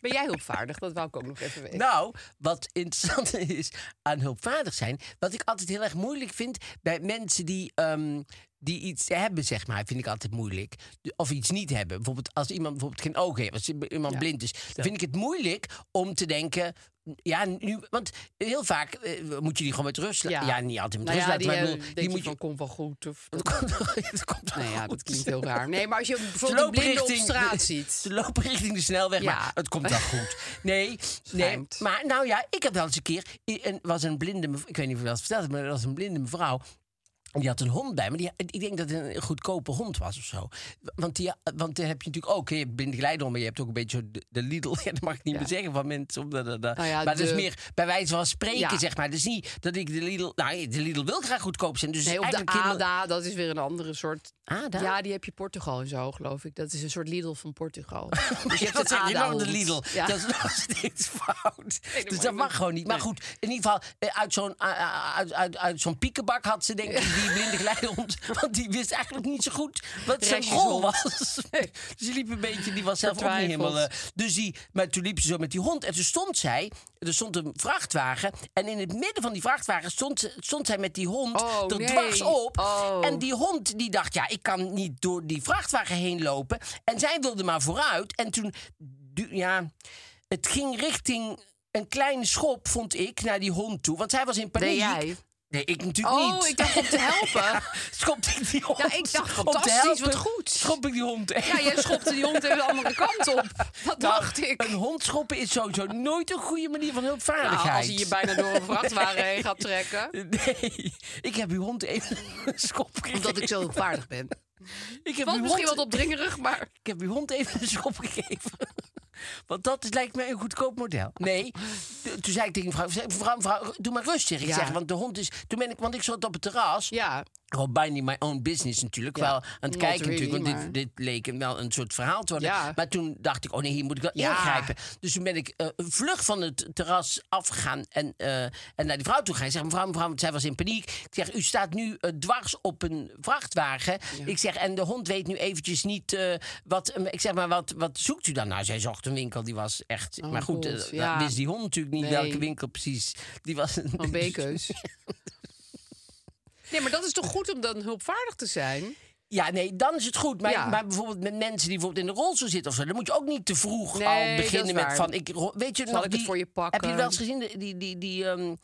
Speaker 1: Ben jij hulpvaardig? Dat wou ik ook nog even weten.
Speaker 4: Nou, wat interessant is aan hulpvaardig zijn, wat ik altijd heel erg moeilijk vind bij mensen die, ehm, die iets hebben, zeg maar, vind ik altijd moeilijk. De- Of iets niet hebben. Bijvoorbeeld als iemand bijvoorbeeld geen oog heeft, als iemand
Speaker 1: Ja.
Speaker 4: blind is, dan vind ik het moeilijk om te denken. Ja, nu, want heel vaak eh, moet je die gewoon met rust laten. Ja. niet altijd met
Speaker 1: Nou
Speaker 4: rust
Speaker 1: ja,
Speaker 4: laten,
Speaker 1: die,
Speaker 4: maar ik
Speaker 1: eh,
Speaker 4: bedoel,
Speaker 1: denk
Speaker 4: die
Speaker 1: je
Speaker 4: moet
Speaker 1: van,
Speaker 4: je.
Speaker 1: kom wel goed. Of
Speaker 4: Dat komt, dat komt wel
Speaker 1: Nou ja,
Speaker 4: goed.
Speaker 1: dat klinkt heel raar. Nee, maar als je bijvoorbeeld een blinde op straat ziet.
Speaker 4: Ze lopen richting de snelweg,
Speaker 1: Ja.
Speaker 4: maar het komt wel goed. Nee, nee,
Speaker 1: Schijnt.
Speaker 4: maar nou ja, ik heb wel eens een keer... i- Een, was een blinde, mev- ik weet niet of je dat verteld hebt, maar er was een blinde mevrouw... en Die had een hond bij, maar die, ik denk dat het een goedkope hond was of zo. Want, die, want dan heb je natuurlijk ook, hè, je hebt blinde geleidehond, maar je hebt ook een beetje zo de, de Lidl. Ja, dat mag ik niet meer zeggen van mensen. Om, dat dat dat.
Speaker 1: Nou ja,
Speaker 4: maar dat
Speaker 1: de-
Speaker 4: is meer bij wijze van spreken,
Speaker 1: Ja.
Speaker 4: zeg maar. Dus niet dat ik de Lidl... Nou, de Lidl wil graag goedkoop zijn. Dus
Speaker 1: Nee, op de
Speaker 4: eigenlijk helemaal-
Speaker 1: ADA, dat is weer een andere soort.
Speaker 4: ADA?
Speaker 1: Ja, die heb je Portugal en zo, geloof ik. Dat is een soort Lidl van Portugal.
Speaker 4: Dus je hebt het
Speaker 1: een
Speaker 4: ADA de
Speaker 1: ADA
Speaker 4: Lidl.
Speaker 1: hond. Ja.
Speaker 4: Dat is nog steeds fout. dus dat
Speaker 1: ik
Speaker 4: mag
Speaker 1: niet.
Speaker 4: gewoon niet. Maar goed, in ieder geval, eh, uit zo'n eh, eh, uit, uit, uit zo'n piekenbak had ze denk ik die blinde geleidehond. Want die wist eigenlijk niet zo goed wat zijn
Speaker 1: Restjes
Speaker 4: rol
Speaker 1: hond.
Speaker 4: was. Nee, Dus die liep een beetje, die was zelf ook niet
Speaker 1: Vertwijfeld.
Speaker 4: helemaal... eh, dus die, maar toen liep ze zo met die hond. En toen stond zij, er stond een vrachtwagen. En in het midden van die vrachtwagen stond, ze- stond zij met die hond
Speaker 1: Oh,
Speaker 4: er
Speaker 1: nee.
Speaker 4: dwars op.
Speaker 1: Oh.
Speaker 4: En die hond die dacht, ja, ik kan niet door die vrachtwagen heen lopen. En zij wilde maar vooruit. En toen, du- ja, het ging richting een kleine schop, vond ik, naar die hond toe. Want zij was in paniek.
Speaker 1: jij?
Speaker 4: Nee, ik natuurlijk niet.
Speaker 1: Oh, ik dacht om te helpen.
Speaker 4: Schopte ik die hond.
Speaker 1: Ja, ik dacht,
Speaker 4: om te
Speaker 1: fantastisch,
Speaker 4: helpen,
Speaker 1: wat goed.
Speaker 4: Schop ik die hond echt.
Speaker 1: Ja, jij schopte die hond even de andere kant op. Dat
Speaker 4: Nou,
Speaker 1: dacht ik.
Speaker 4: Een hond schoppen is sowieso nooit een goede manier van hulpvaardigheid.
Speaker 1: Nou, als hij je bijna door een vrachtwagen heen gaat trekken.
Speaker 4: Nee, ik heb uw hond even een schop gegeven.
Speaker 1: Omdat ik zo hulpvaardig ben.
Speaker 4: Ik heb,
Speaker 1: Valt
Speaker 4: uw
Speaker 1: misschien
Speaker 4: hond,
Speaker 1: wat opdringerig, maar...
Speaker 4: ik heb uw hond even een schop gegeven. Want dat is, lijkt mij een goedkoop model. Nee, t- toen zei ik tegen mevrouw, zei, mevrouw, mevrouw doe maar rustig. Ik
Speaker 1: Ja.
Speaker 4: zeg, want de hond is... Toen ben ik, want ik zat op het terras.
Speaker 1: Ja,
Speaker 4: Gewoon minding my own business natuurlijk. Wel aan het
Speaker 1: not
Speaker 4: kijken
Speaker 1: really,
Speaker 4: natuurlijk. Want
Speaker 1: maar-
Speaker 4: dit, dit leek een- wel een soort verhaal te worden.
Speaker 1: Ja.
Speaker 4: Maar toen dacht ik, oh nee, hier moet ik wel
Speaker 1: Ja.
Speaker 4: ingrijpen. Dus toen ben ik eh, vlug van het terras afgegaan en, eh, en naar die vrouw toe gaan. Ik zeg, mevrouw, mevrouw, want zij was in paniek. Ik zeg, u staat nu eh, dwars op een vrachtwagen. Ik zeg, en de hond weet nu eventjes niet eh, wat... eh, ik zeg maar, wat, wat zoekt u dan? Nou, zij zocht een winkel, die was echt... maar goed,
Speaker 1: Oh God,
Speaker 4: eh, dat
Speaker 1: ja.
Speaker 4: wist die hond natuurlijk niet
Speaker 1: Nee.
Speaker 4: welke winkel precies. Die was Dus- een...
Speaker 1: van B-keus. Nee, maar dat is toch goed om dan hulpvaardig te zijn?
Speaker 4: Ja, nee, dan is het goed. Maar,
Speaker 1: Ja.
Speaker 4: maar bijvoorbeeld met mensen die bijvoorbeeld in de rolstoel zitten of zo, dan moet je ook niet te vroeg
Speaker 1: Nee,
Speaker 4: al
Speaker 1: dat is
Speaker 4: beginnen met
Speaker 1: waar.
Speaker 4: van ik ro- weet je
Speaker 1: Zal
Speaker 4: nog
Speaker 1: ik het
Speaker 4: die,
Speaker 1: voor je
Speaker 4: Heb je
Speaker 1: pakken?
Speaker 4: wel eens gezien die die die, die, ehm,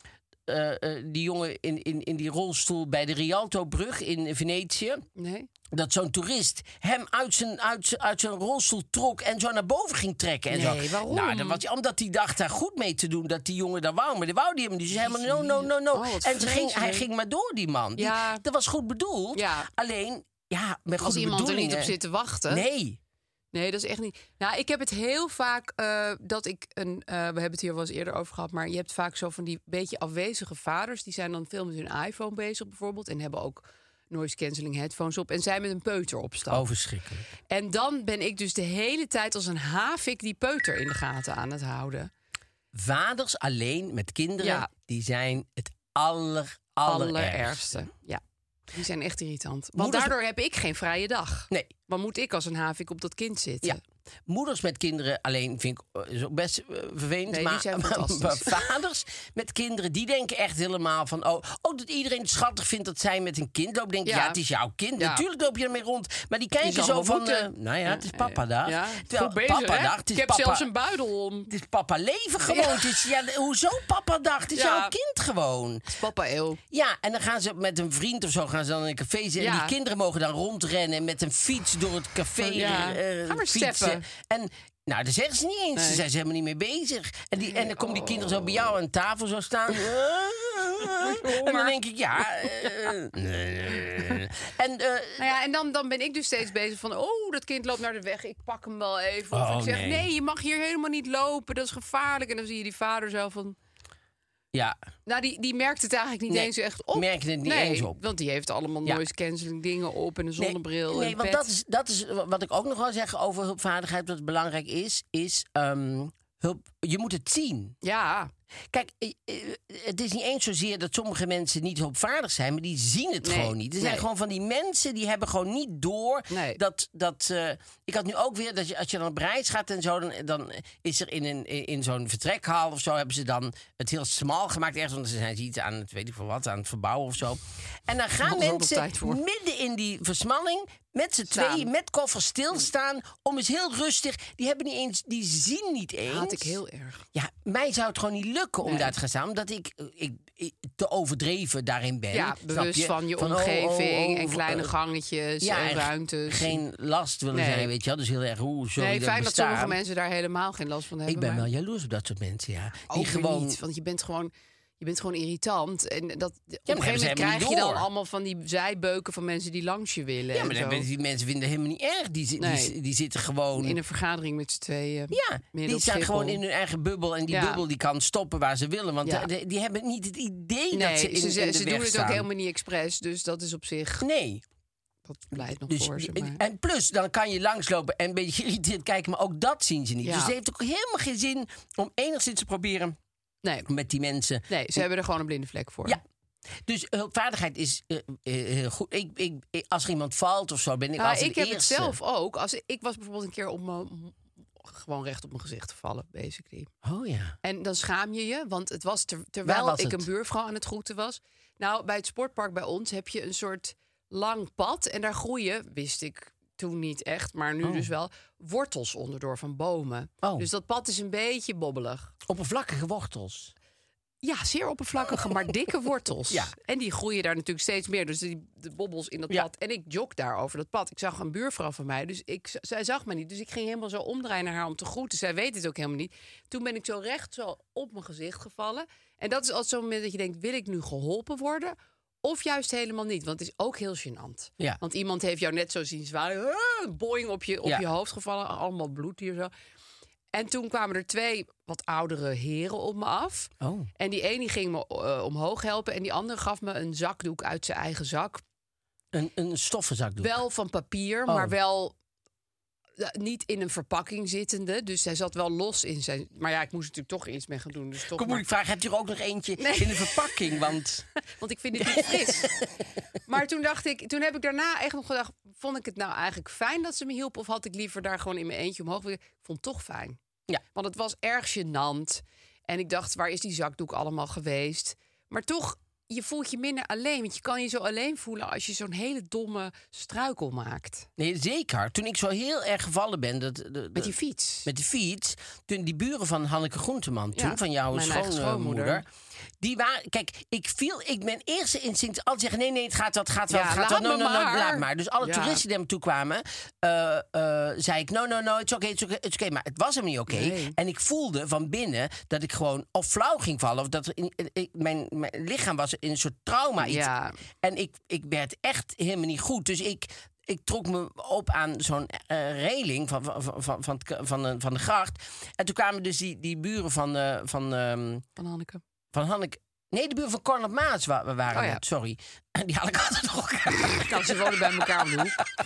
Speaker 4: eh, eh, die jongen in, in, in die rolstoel bij de Rialto-brug in Venetië?
Speaker 1: Nee.
Speaker 4: Dat zo'n toerist hem uit zijn, uit, zijn- uit zijn rolstoel trok en zo naar boven ging trekken. En
Speaker 1: Nee,
Speaker 4: zo.
Speaker 1: waarom?
Speaker 4: Nou, dan was hij, omdat hij dacht daar goed mee te doen dat die jongen daar wou. Maar die wou die hem niet. Dus helemaal no, no, no, no.
Speaker 1: Oh, wat
Speaker 4: en ze ging, hij
Speaker 1: vreselijk.
Speaker 4: ging maar door, die man. Die-
Speaker 1: Ja.
Speaker 4: dat was goed bedoeld.
Speaker 1: Ja.
Speaker 4: Alleen, ja, met
Speaker 1: Als
Speaker 4: goede
Speaker 1: iemand er niet op
Speaker 4: bedoelingen.
Speaker 1: zit te wachten.
Speaker 4: Nee.
Speaker 1: Nee, dat is echt niet. Nou, ik heb het heel vaak eh, dat ik een. eh, we hebben het hier wel eens eerder over gehad. Maar je hebt vaak zo van die beetje afwezige vaders. Die zijn dan veel met hun iPhone bezig, bijvoorbeeld. En hebben ook noise cancelling headphones op. En zijn met een peuter op stap.
Speaker 4: Overschrikkelijk.
Speaker 1: En dan ben ik dus de hele tijd als een havik die peuter in de gaten aan het houden.
Speaker 4: Vaders alleen met kinderen,
Speaker 1: Ja.
Speaker 4: die zijn het aller, allerergste.
Speaker 1: Allerergste. Ja. Die zijn echt irritant. Want
Speaker 4: Moeders-
Speaker 1: daardoor heb ik geen vrije dag.
Speaker 4: Nee.
Speaker 1: Wat moet ik als een havik op dat kind zitten?
Speaker 4: Ja. eh, Moeders met kinderen alleen vind ik eh, is ook best eh, vervelend.
Speaker 1: Nee, die
Speaker 4: maar,
Speaker 1: zijn
Speaker 4: maar-
Speaker 1: fantastisch.
Speaker 4: maar vaders met kinderen, die denken echt helemaal van... Oh, oh, dat iedereen het schattig vindt dat zij met een kind loopt. Denk ik, ja.
Speaker 1: Ja.
Speaker 4: het is jouw kind.
Speaker 1: Ja.
Speaker 4: Natuurlijk loop je ermee rond. Maar die kijken
Speaker 1: zal
Speaker 4: zo
Speaker 1: wel
Speaker 4: van...
Speaker 1: moeten.
Speaker 4: eh, nou ja, het is papa dag.
Speaker 1: Ja,
Speaker 4: Terwijl
Speaker 1: goed bezig,
Speaker 4: papa
Speaker 1: hè?
Speaker 4: dag, het is
Speaker 1: ik heb
Speaker 4: papa...
Speaker 1: zelfs een buidel om.
Speaker 4: Het is papa leven gewoon. Het is, ja, hoezo papa dag? Het is
Speaker 1: Ja.
Speaker 4: jouw kind gewoon.
Speaker 1: Papa eeuw.
Speaker 4: Ja, en dan gaan ze met een vriend of zo gaan ze dan in een café zitten. En
Speaker 1: Ja. Oh,
Speaker 4: die kinderen mogen dan rondrennen met een fiets door het café
Speaker 1: Ja.
Speaker 4: eh,
Speaker 1: Ga maar
Speaker 4: fietsen.
Speaker 1: steppen.
Speaker 4: En nou, daar zeggen ze niet eens. Daar zijn ze helemaal niet mee bezig. En, die, en dan komen die kinderen zo bij jou aan tafel zo staan. en dan denk ik, ja. eh, nee. en eh,
Speaker 1: Nou ja, en dan, dan ben ik dus steeds bezig van... oh, dat kind loopt naar de weg, ik pak hem wel even. Of
Speaker 4: Oh,
Speaker 1: ik zeg,
Speaker 4: nee.
Speaker 1: nee. je mag hier helemaal niet lopen, dat is gevaarlijk. En dan zie je die vader zo van...
Speaker 4: ja,
Speaker 1: Nou, die, die merkt het eigenlijk niet
Speaker 4: Nee,
Speaker 1: eens echt op.
Speaker 4: merkt het niet
Speaker 1: Nee,
Speaker 4: eens op.
Speaker 1: want die heeft allemaal
Speaker 4: Ja.
Speaker 1: noise cancelling dingen op... en een zonnebril
Speaker 4: Nee,
Speaker 1: en
Speaker 4: nee
Speaker 1: een
Speaker 4: want
Speaker 1: pet.
Speaker 4: dat is, dat is wa- wat ik ook nog wil zeggen over hulpvaardigheid. Wat belangrijk is, is ehm, hulp. Je moet het zien.
Speaker 1: Ja,
Speaker 4: Kijk, eh, eh, het is niet eens zozeer dat sommige mensen niet hulpvaardig zijn, maar die zien het
Speaker 1: Nee,
Speaker 4: gewoon niet. Er zijn
Speaker 1: nee.
Speaker 4: gewoon van die mensen die hebben gewoon niet door
Speaker 1: Nee.
Speaker 4: dat. dat eh, ik had nu ook weer dat je, als je dan op reis gaat en zo, dan, dan is er in, een, in zo'n vertrekhal of zo hebben ze dan het heel smal gemaakt. Ergens, want ze zijn iets aan het weet ik veel wat, aan het verbouwen of zo. En dan gaan
Speaker 1: Dat is altijd
Speaker 4: mensen
Speaker 1: tijd voor.
Speaker 4: midden in die versmalling met z'n
Speaker 1: Staan.
Speaker 4: tweeën met koffers stilstaan om eens heel rustig. Die hebben niet eens, die zien niet eens.
Speaker 1: haat ik heel erg.
Speaker 4: Ja, mij zou het gewoon niet lukken om daar te gaan staan. Omdat ik, eh, ik, ik te overdreven daarin ben.
Speaker 1: Ja,
Speaker 4: Snap
Speaker 1: bewust van je
Speaker 4: oh, oh,
Speaker 1: omgeving
Speaker 4: oh,
Speaker 1: en kleine
Speaker 4: eh,
Speaker 1: gangetjes
Speaker 4: ja,
Speaker 1: en
Speaker 4: en
Speaker 1: ruimtes.
Speaker 4: Geen last willen
Speaker 1: Nee.
Speaker 4: zijn, weet je wel. Dus heel erg, oeh, sorry
Speaker 1: nee,
Speaker 4: dat
Speaker 1: fijn dat
Speaker 4: bestaan.
Speaker 1: sommige mensen daar helemaal geen last van hebben.
Speaker 4: Ik ben
Speaker 1: maar-
Speaker 4: wel jaloers op dat soort mensen, ja.
Speaker 1: Ook weer niet, want je bent gewoon... Je bent gewoon irritant. En dat, op een
Speaker 4: hebben
Speaker 1: gegeven
Speaker 4: ze
Speaker 1: moment
Speaker 4: helemaal niet
Speaker 1: krijg je dan
Speaker 4: door.
Speaker 1: allemaal van die zijbeuken van mensen die langs je willen.
Speaker 4: Ja,
Speaker 1: en
Speaker 4: maar dan
Speaker 1: zo.
Speaker 4: ben- die mensen vinden helemaal niet erg. Die, zi- die,
Speaker 1: Nee.
Speaker 4: die zitten gewoon...
Speaker 1: in een vergadering met z'n tweeën.
Speaker 4: ja,
Speaker 1: midden
Speaker 4: die
Speaker 1: op
Speaker 4: staan
Speaker 1: Schiphol.
Speaker 4: gewoon in hun eigen bubbel. En die
Speaker 1: Ja.
Speaker 4: bubbel die kan stoppen waar ze willen. Want eh,
Speaker 1: Ja.
Speaker 4: die, die hebben niet het idee
Speaker 1: Nee,
Speaker 4: dat ze in,
Speaker 1: ze, ze,
Speaker 4: in de
Speaker 1: ze
Speaker 4: weg
Speaker 1: doen het
Speaker 4: staan.
Speaker 1: ook helemaal niet expres. Dus dat is op zich...
Speaker 4: Nee.
Speaker 1: Dat blijft nog
Speaker 4: Dus,
Speaker 1: voor ze.
Speaker 4: en-
Speaker 1: Maar.
Speaker 4: en plus, dan kan je langslopen en een beetje geïrriteerd kijken, maar ook dat zien ze niet.
Speaker 1: Ja.
Speaker 4: Dus het heeft ook helemaal geen zin om enigszins te proberen
Speaker 1: nee,
Speaker 4: met die mensen.
Speaker 1: nee, ze hebben er gewoon een blinde vlek voor.
Speaker 4: Ja. Dus hulpvaardigheid is eh, eh, heel goed. Ik, ik, ik- als er iemand valt of zo, ben ik
Speaker 1: Nou,
Speaker 4: als
Speaker 1: ik
Speaker 4: de
Speaker 1: heb het
Speaker 4: eerste.
Speaker 1: zelf ook. Als, ik was bijvoorbeeld een keer op mijn, gewoon recht op mijn gezicht gevallen, basically.
Speaker 4: Oh ja.
Speaker 1: En dan schaam je je, want het was ter- terwijl
Speaker 4: was
Speaker 1: ik
Speaker 4: het?
Speaker 1: een buurvrouw aan het groeten was. Nou, bij het sportpark bij ons heb je een soort lang pad en daar groeien, wist ik toen niet echt, maar nu dus wel, wortels onderdoor van bomen.
Speaker 4: Oh.
Speaker 1: Dus dat pad is een beetje bobbelig.
Speaker 4: Oppervlakkige wortels.
Speaker 1: Ja, zeer oppervlakkige, maar dikke wortels.
Speaker 4: Oh. Ja.
Speaker 1: En die groeien daar natuurlijk steeds meer. Dus die, de bobbels in dat
Speaker 4: Ja.
Speaker 1: pad. En ik jog daar over dat pad. Ik zag een buurvrouw van mij, dus ik, z- zij zag me niet. Dus ik ging helemaal zo omdraaien naar haar om te groeten. Zij weet het ook helemaal niet. Toen ben ik zo recht zo op mijn gezicht gevallen. En dat is altijd zo'n moment dat je denkt, wil ik nu geholpen worden? Of juist helemaal niet, want het is ook heel gênant.
Speaker 4: Ja.
Speaker 1: Want iemand heeft jou net zo zien zwaaien. "Ah," Boing op je, op
Speaker 4: Ja.
Speaker 1: je hoofd gevallen. Allemaal bloed hier zo. En toen kwamen er twee wat oudere heren op me af.
Speaker 4: Oh.
Speaker 1: En die ene die ging me eh, omhoog helpen. En die andere gaf me een zakdoek uit zijn eigen zak.
Speaker 4: Een, een stoffenzak doen.
Speaker 1: Wel van papier,
Speaker 4: Oh.
Speaker 1: maar wel eh, niet in een verpakking zittende. Dus hij zat wel los in zijn... Maar ja, ik moest natuurlijk toch iets mee gaan doen. Dus toch
Speaker 4: Kom,
Speaker 1: maar-
Speaker 4: moet ik vragen, hebt u er ook nog eentje in de verpakking? Want
Speaker 1: Want ik vind het niet fris. maar toen dacht ik, toen heb ik daarna echt nog gedacht... vond ik het nou eigenlijk fijn dat ze me hielp... of had ik liever daar gewoon in mijn eentje omhoog willen? Ik vond het toch fijn.
Speaker 4: Ja.
Speaker 1: Want het was erg gênant. En ik dacht, waar is die zakdoek allemaal geweest? Maar toch, je voelt je minder alleen. Want je kan je zo alleen voelen als je zo'n hele domme struikel maakt.
Speaker 4: nee, zeker. Toen ik zo heel erg gevallen ben, dat, de- de-
Speaker 1: Met die fiets.
Speaker 4: met de fiets, toen die buren van Hanneke Groenteman, toen
Speaker 1: Ja,
Speaker 4: van jouw
Speaker 1: mijn eigen
Speaker 4: schoonmoeder,
Speaker 1: schoonmoeder.
Speaker 4: die waren, kijk, ik viel, ik mijn eerste instinct altijd zeggen, nee, nee, het gaat, dat gaat wel,
Speaker 1: Ja,
Speaker 4: het gaat
Speaker 1: laat
Speaker 4: wel, no,
Speaker 1: me
Speaker 4: no, no,
Speaker 1: maar.
Speaker 4: laat maar. Dus alle
Speaker 1: Ja.
Speaker 4: toeristen die naar me toe kwamen, eh, eh, zei ik, no, no, no, it's okay, it's okay, it's okay. maar het was hem niet oké.
Speaker 1: Nee.
Speaker 4: En ik voelde van binnen dat ik gewoon of flauw ging vallen, of dat er in- eh, ik- mijn, mijn lichaam was in een soort trauma iets.
Speaker 1: Ja.
Speaker 4: En ik, ik werd echt helemaal niet goed. Dus ik, ik trok me op aan zo'n eh, reling van, van, van, van, van, het k- van, de, van de gracht. En toen kwamen dus die, die buren van, eh, van, ehm,
Speaker 1: Van Hanneke.
Speaker 4: van Hanneke... Nee, de buren van Cornel Maas wa- wa- waren
Speaker 1: Oh ja.
Speaker 4: het, sorry. Die haal ik altijd nog elkaar.
Speaker 1: Nou, ze wonen bij elkaar om de hoek.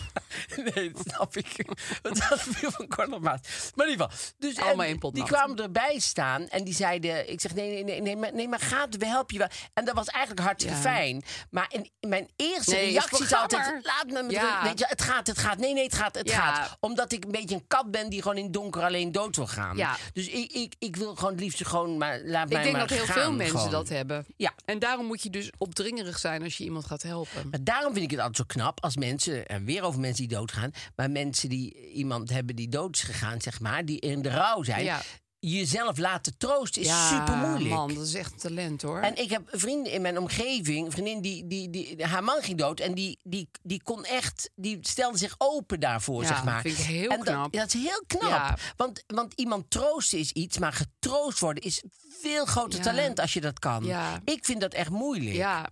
Speaker 4: Nee, dat snap ik. Dat was de buren van Cornel Maas. Maar in ieder geval. Dus, en
Speaker 1: Allemaal één pot
Speaker 4: die
Speaker 1: nat.
Speaker 4: kwamen erbij staan en die zeiden... Ik zeg, nee, nee, nee, nee, maar, nee maar gaat, we helpen je wel. En dat was eigenlijk hartstikke
Speaker 1: Ja.
Speaker 4: fijn. Maar in, in mijn eerste
Speaker 1: Nee, is
Speaker 4: reactie is
Speaker 1: programma.
Speaker 4: altijd... Laat me met
Speaker 1: Ja.
Speaker 4: rust. Weet je, het gaat, het gaat. Nee, nee, het gaat, het
Speaker 1: Ja.
Speaker 4: gaat. Omdat ik een beetje een kat ben die gewoon in het donker alleen dood wil gaan.
Speaker 1: Ja.
Speaker 4: Dus ik, ik, ik wil gewoon het liefst gewoon... Maar, laat
Speaker 1: Ik
Speaker 4: mij
Speaker 1: denk
Speaker 4: maar
Speaker 1: dat heel
Speaker 4: gaan,
Speaker 1: veel mensen
Speaker 4: gewoon.
Speaker 1: dat hebben.
Speaker 4: Ja.
Speaker 1: En daarom moet je dus opdringerig zijn als je iemand gaat helpen.
Speaker 4: Maar daarom vind ik het altijd zo knap als mensen, en weer over mensen die doodgaan, maar mensen die iemand hebben die dood is gegaan, zeg maar, die in de rouw zijn,
Speaker 1: Ja.
Speaker 4: jezelf laten troosten is super moeilijk.
Speaker 1: man, dat is echt een talent hoor.
Speaker 4: En ik heb vrienden in mijn omgeving, een vriendin die, die, die, haar man ging dood en die, die, die kon echt, die stelde zich open daarvoor,
Speaker 1: Ja,
Speaker 4: zeg maar.
Speaker 1: vind ik heel
Speaker 4: en dat,
Speaker 1: knap.
Speaker 4: Dat is heel knap.
Speaker 1: Ja.
Speaker 4: Want, want iemand troosten is iets, maar getroost worden is veel groter
Speaker 1: Ja.
Speaker 4: talent als je dat kan.
Speaker 1: Ja.
Speaker 4: Ik vind dat echt moeilijk.
Speaker 1: ja,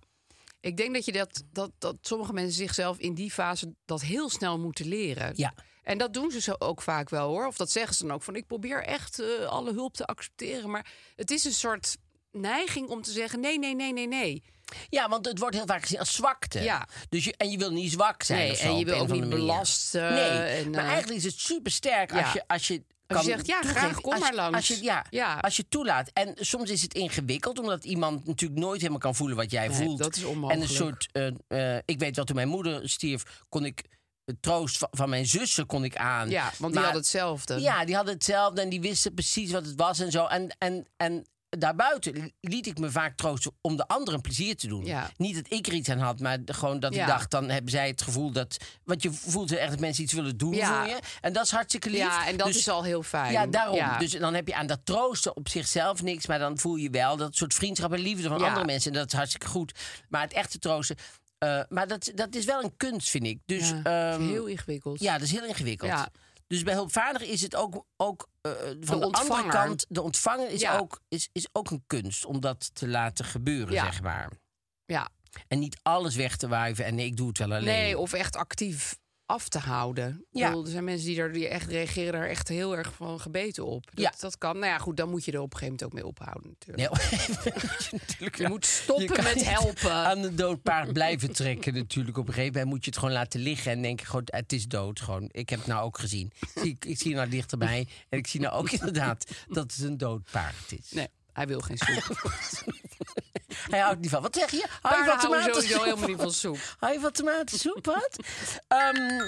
Speaker 1: ik denk dat, je dat, dat, dat sommige mensen zichzelf in die fase dat heel snel moeten leren.
Speaker 4: Ja.
Speaker 1: En dat doen ze zo ook vaak wel hoor. Of dat zeggen ze dan ook van ik probeer echt eh, alle hulp te accepteren. Maar het is een soort neiging om te zeggen nee, nee, nee, nee, nee.
Speaker 4: Ja, want het wordt heel vaak gezien als zwakte.
Speaker 1: Ja.
Speaker 4: Dus je, en je wil niet zwak zijn.
Speaker 1: Nee,
Speaker 4: of zo,
Speaker 1: en je
Speaker 4: op
Speaker 1: wil
Speaker 4: een
Speaker 1: ook
Speaker 4: of andere
Speaker 1: niet
Speaker 4: manier.
Speaker 1: belasten
Speaker 4: Nee,
Speaker 1: en,
Speaker 4: maar
Speaker 1: eh,
Speaker 4: eigenlijk is het supersterk
Speaker 1: ja.
Speaker 4: als je. Als je
Speaker 1: Als
Speaker 4: kan
Speaker 1: je zegt, ja,
Speaker 4: toegeven-
Speaker 1: graag, kom
Speaker 4: als,
Speaker 1: maar langs.
Speaker 4: Als je, ja,
Speaker 1: Ja.
Speaker 4: als je toelaat. En soms is het ingewikkeld, omdat iemand natuurlijk nooit helemaal kan voelen wat jij
Speaker 1: Nee,
Speaker 4: voelt.
Speaker 1: dat is
Speaker 4: En
Speaker 1: onmogelijk.
Speaker 4: een soort. eh, eh, ik weet wel, toen mijn moeder stierf, kon ik de troost van, van mijn zussen kon ik aan.
Speaker 1: Ja, want die
Speaker 4: Maar-
Speaker 1: hadden hetzelfde.
Speaker 4: Ja, die hadden hetzelfde en die wisten precies wat het was en zo. En, en, en daarbuiten li- liet ik me vaak troosten om de anderen plezier te doen.
Speaker 1: Ja.
Speaker 4: Niet dat ik er iets aan had, maar d- gewoon dat
Speaker 1: Ja.
Speaker 4: ik dacht, dan hebben zij het gevoel dat... Want je voelt echt dat mensen iets willen doen
Speaker 1: Ja.
Speaker 4: voor je. En dat is hartstikke lief.
Speaker 1: Ja, en dat
Speaker 4: Dus-
Speaker 1: is al heel fijn.
Speaker 4: Ja, daarom.
Speaker 1: Ja.
Speaker 4: Dus dan heb je aan dat troosten op zichzelf niks. Maar dan voel je wel dat soort vriendschap en liefde van
Speaker 1: Ja.
Speaker 4: andere mensen. En dat is hartstikke goed. Maar het echte troosten... eh, maar dat, dat is wel een kunst, vind ik. Dus,
Speaker 1: Ja, dat is
Speaker 4: ehm,
Speaker 1: heel ingewikkeld.
Speaker 4: ja, dat is heel ingewikkeld.
Speaker 1: Ja.
Speaker 4: Dus bij hulpvaardigen is het ook, ook eh, van de, andere
Speaker 1: ontvanger.
Speaker 4: kant, de ontvanger is,
Speaker 1: Ja.
Speaker 4: ook, is, is ook een kunst om dat te laten gebeuren,
Speaker 1: Ja.
Speaker 4: zeg maar.
Speaker 1: Ja.
Speaker 4: En niet alles weg te wuiven en nee, ik doe het wel alleen.
Speaker 1: Nee, of echt actief af te houden. Ik
Speaker 4: Ja.
Speaker 1: bedoel, er zijn mensen die, daar, die echt reageren daar echt heel erg van gebeten op. Dat,
Speaker 4: Ja.
Speaker 1: dat kan. Nou ja, goed, dan moet je er op een gegeven moment ook mee ophouden natuurlijk.
Speaker 4: Nee, natuurlijk
Speaker 1: Je
Speaker 4: wel.
Speaker 1: moet stoppen
Speaker 4: kan
Speaker 1: met
Speaker 4: niet
Speaker 1: helpen.
Speaker 4: Aan een dood paard blijven trekken natuurlijk. Op een gegeven moment moet je het gewoon laten liggen en denken: gewoon, het is dood. Gewoon. Ik heb het nou ook gezien. Zie Ik, ik zie nou dichterbij en ik zie nou ook inderdaad dat het een dood paard is.
Speaker 1: Nee, hij wil geen soep.
Speaker 4: Hij houdt niet van. Wat zeg je? Hou je
Speaker 1: Paarden
Speaker 4: van
Speaker 1: houden nou, sowieso
Speaker 4: tomatensoep?
Speaker 1: helemaal niet van soep.
Speaker 4: Hou je van tomatensoep, wat? Ehm,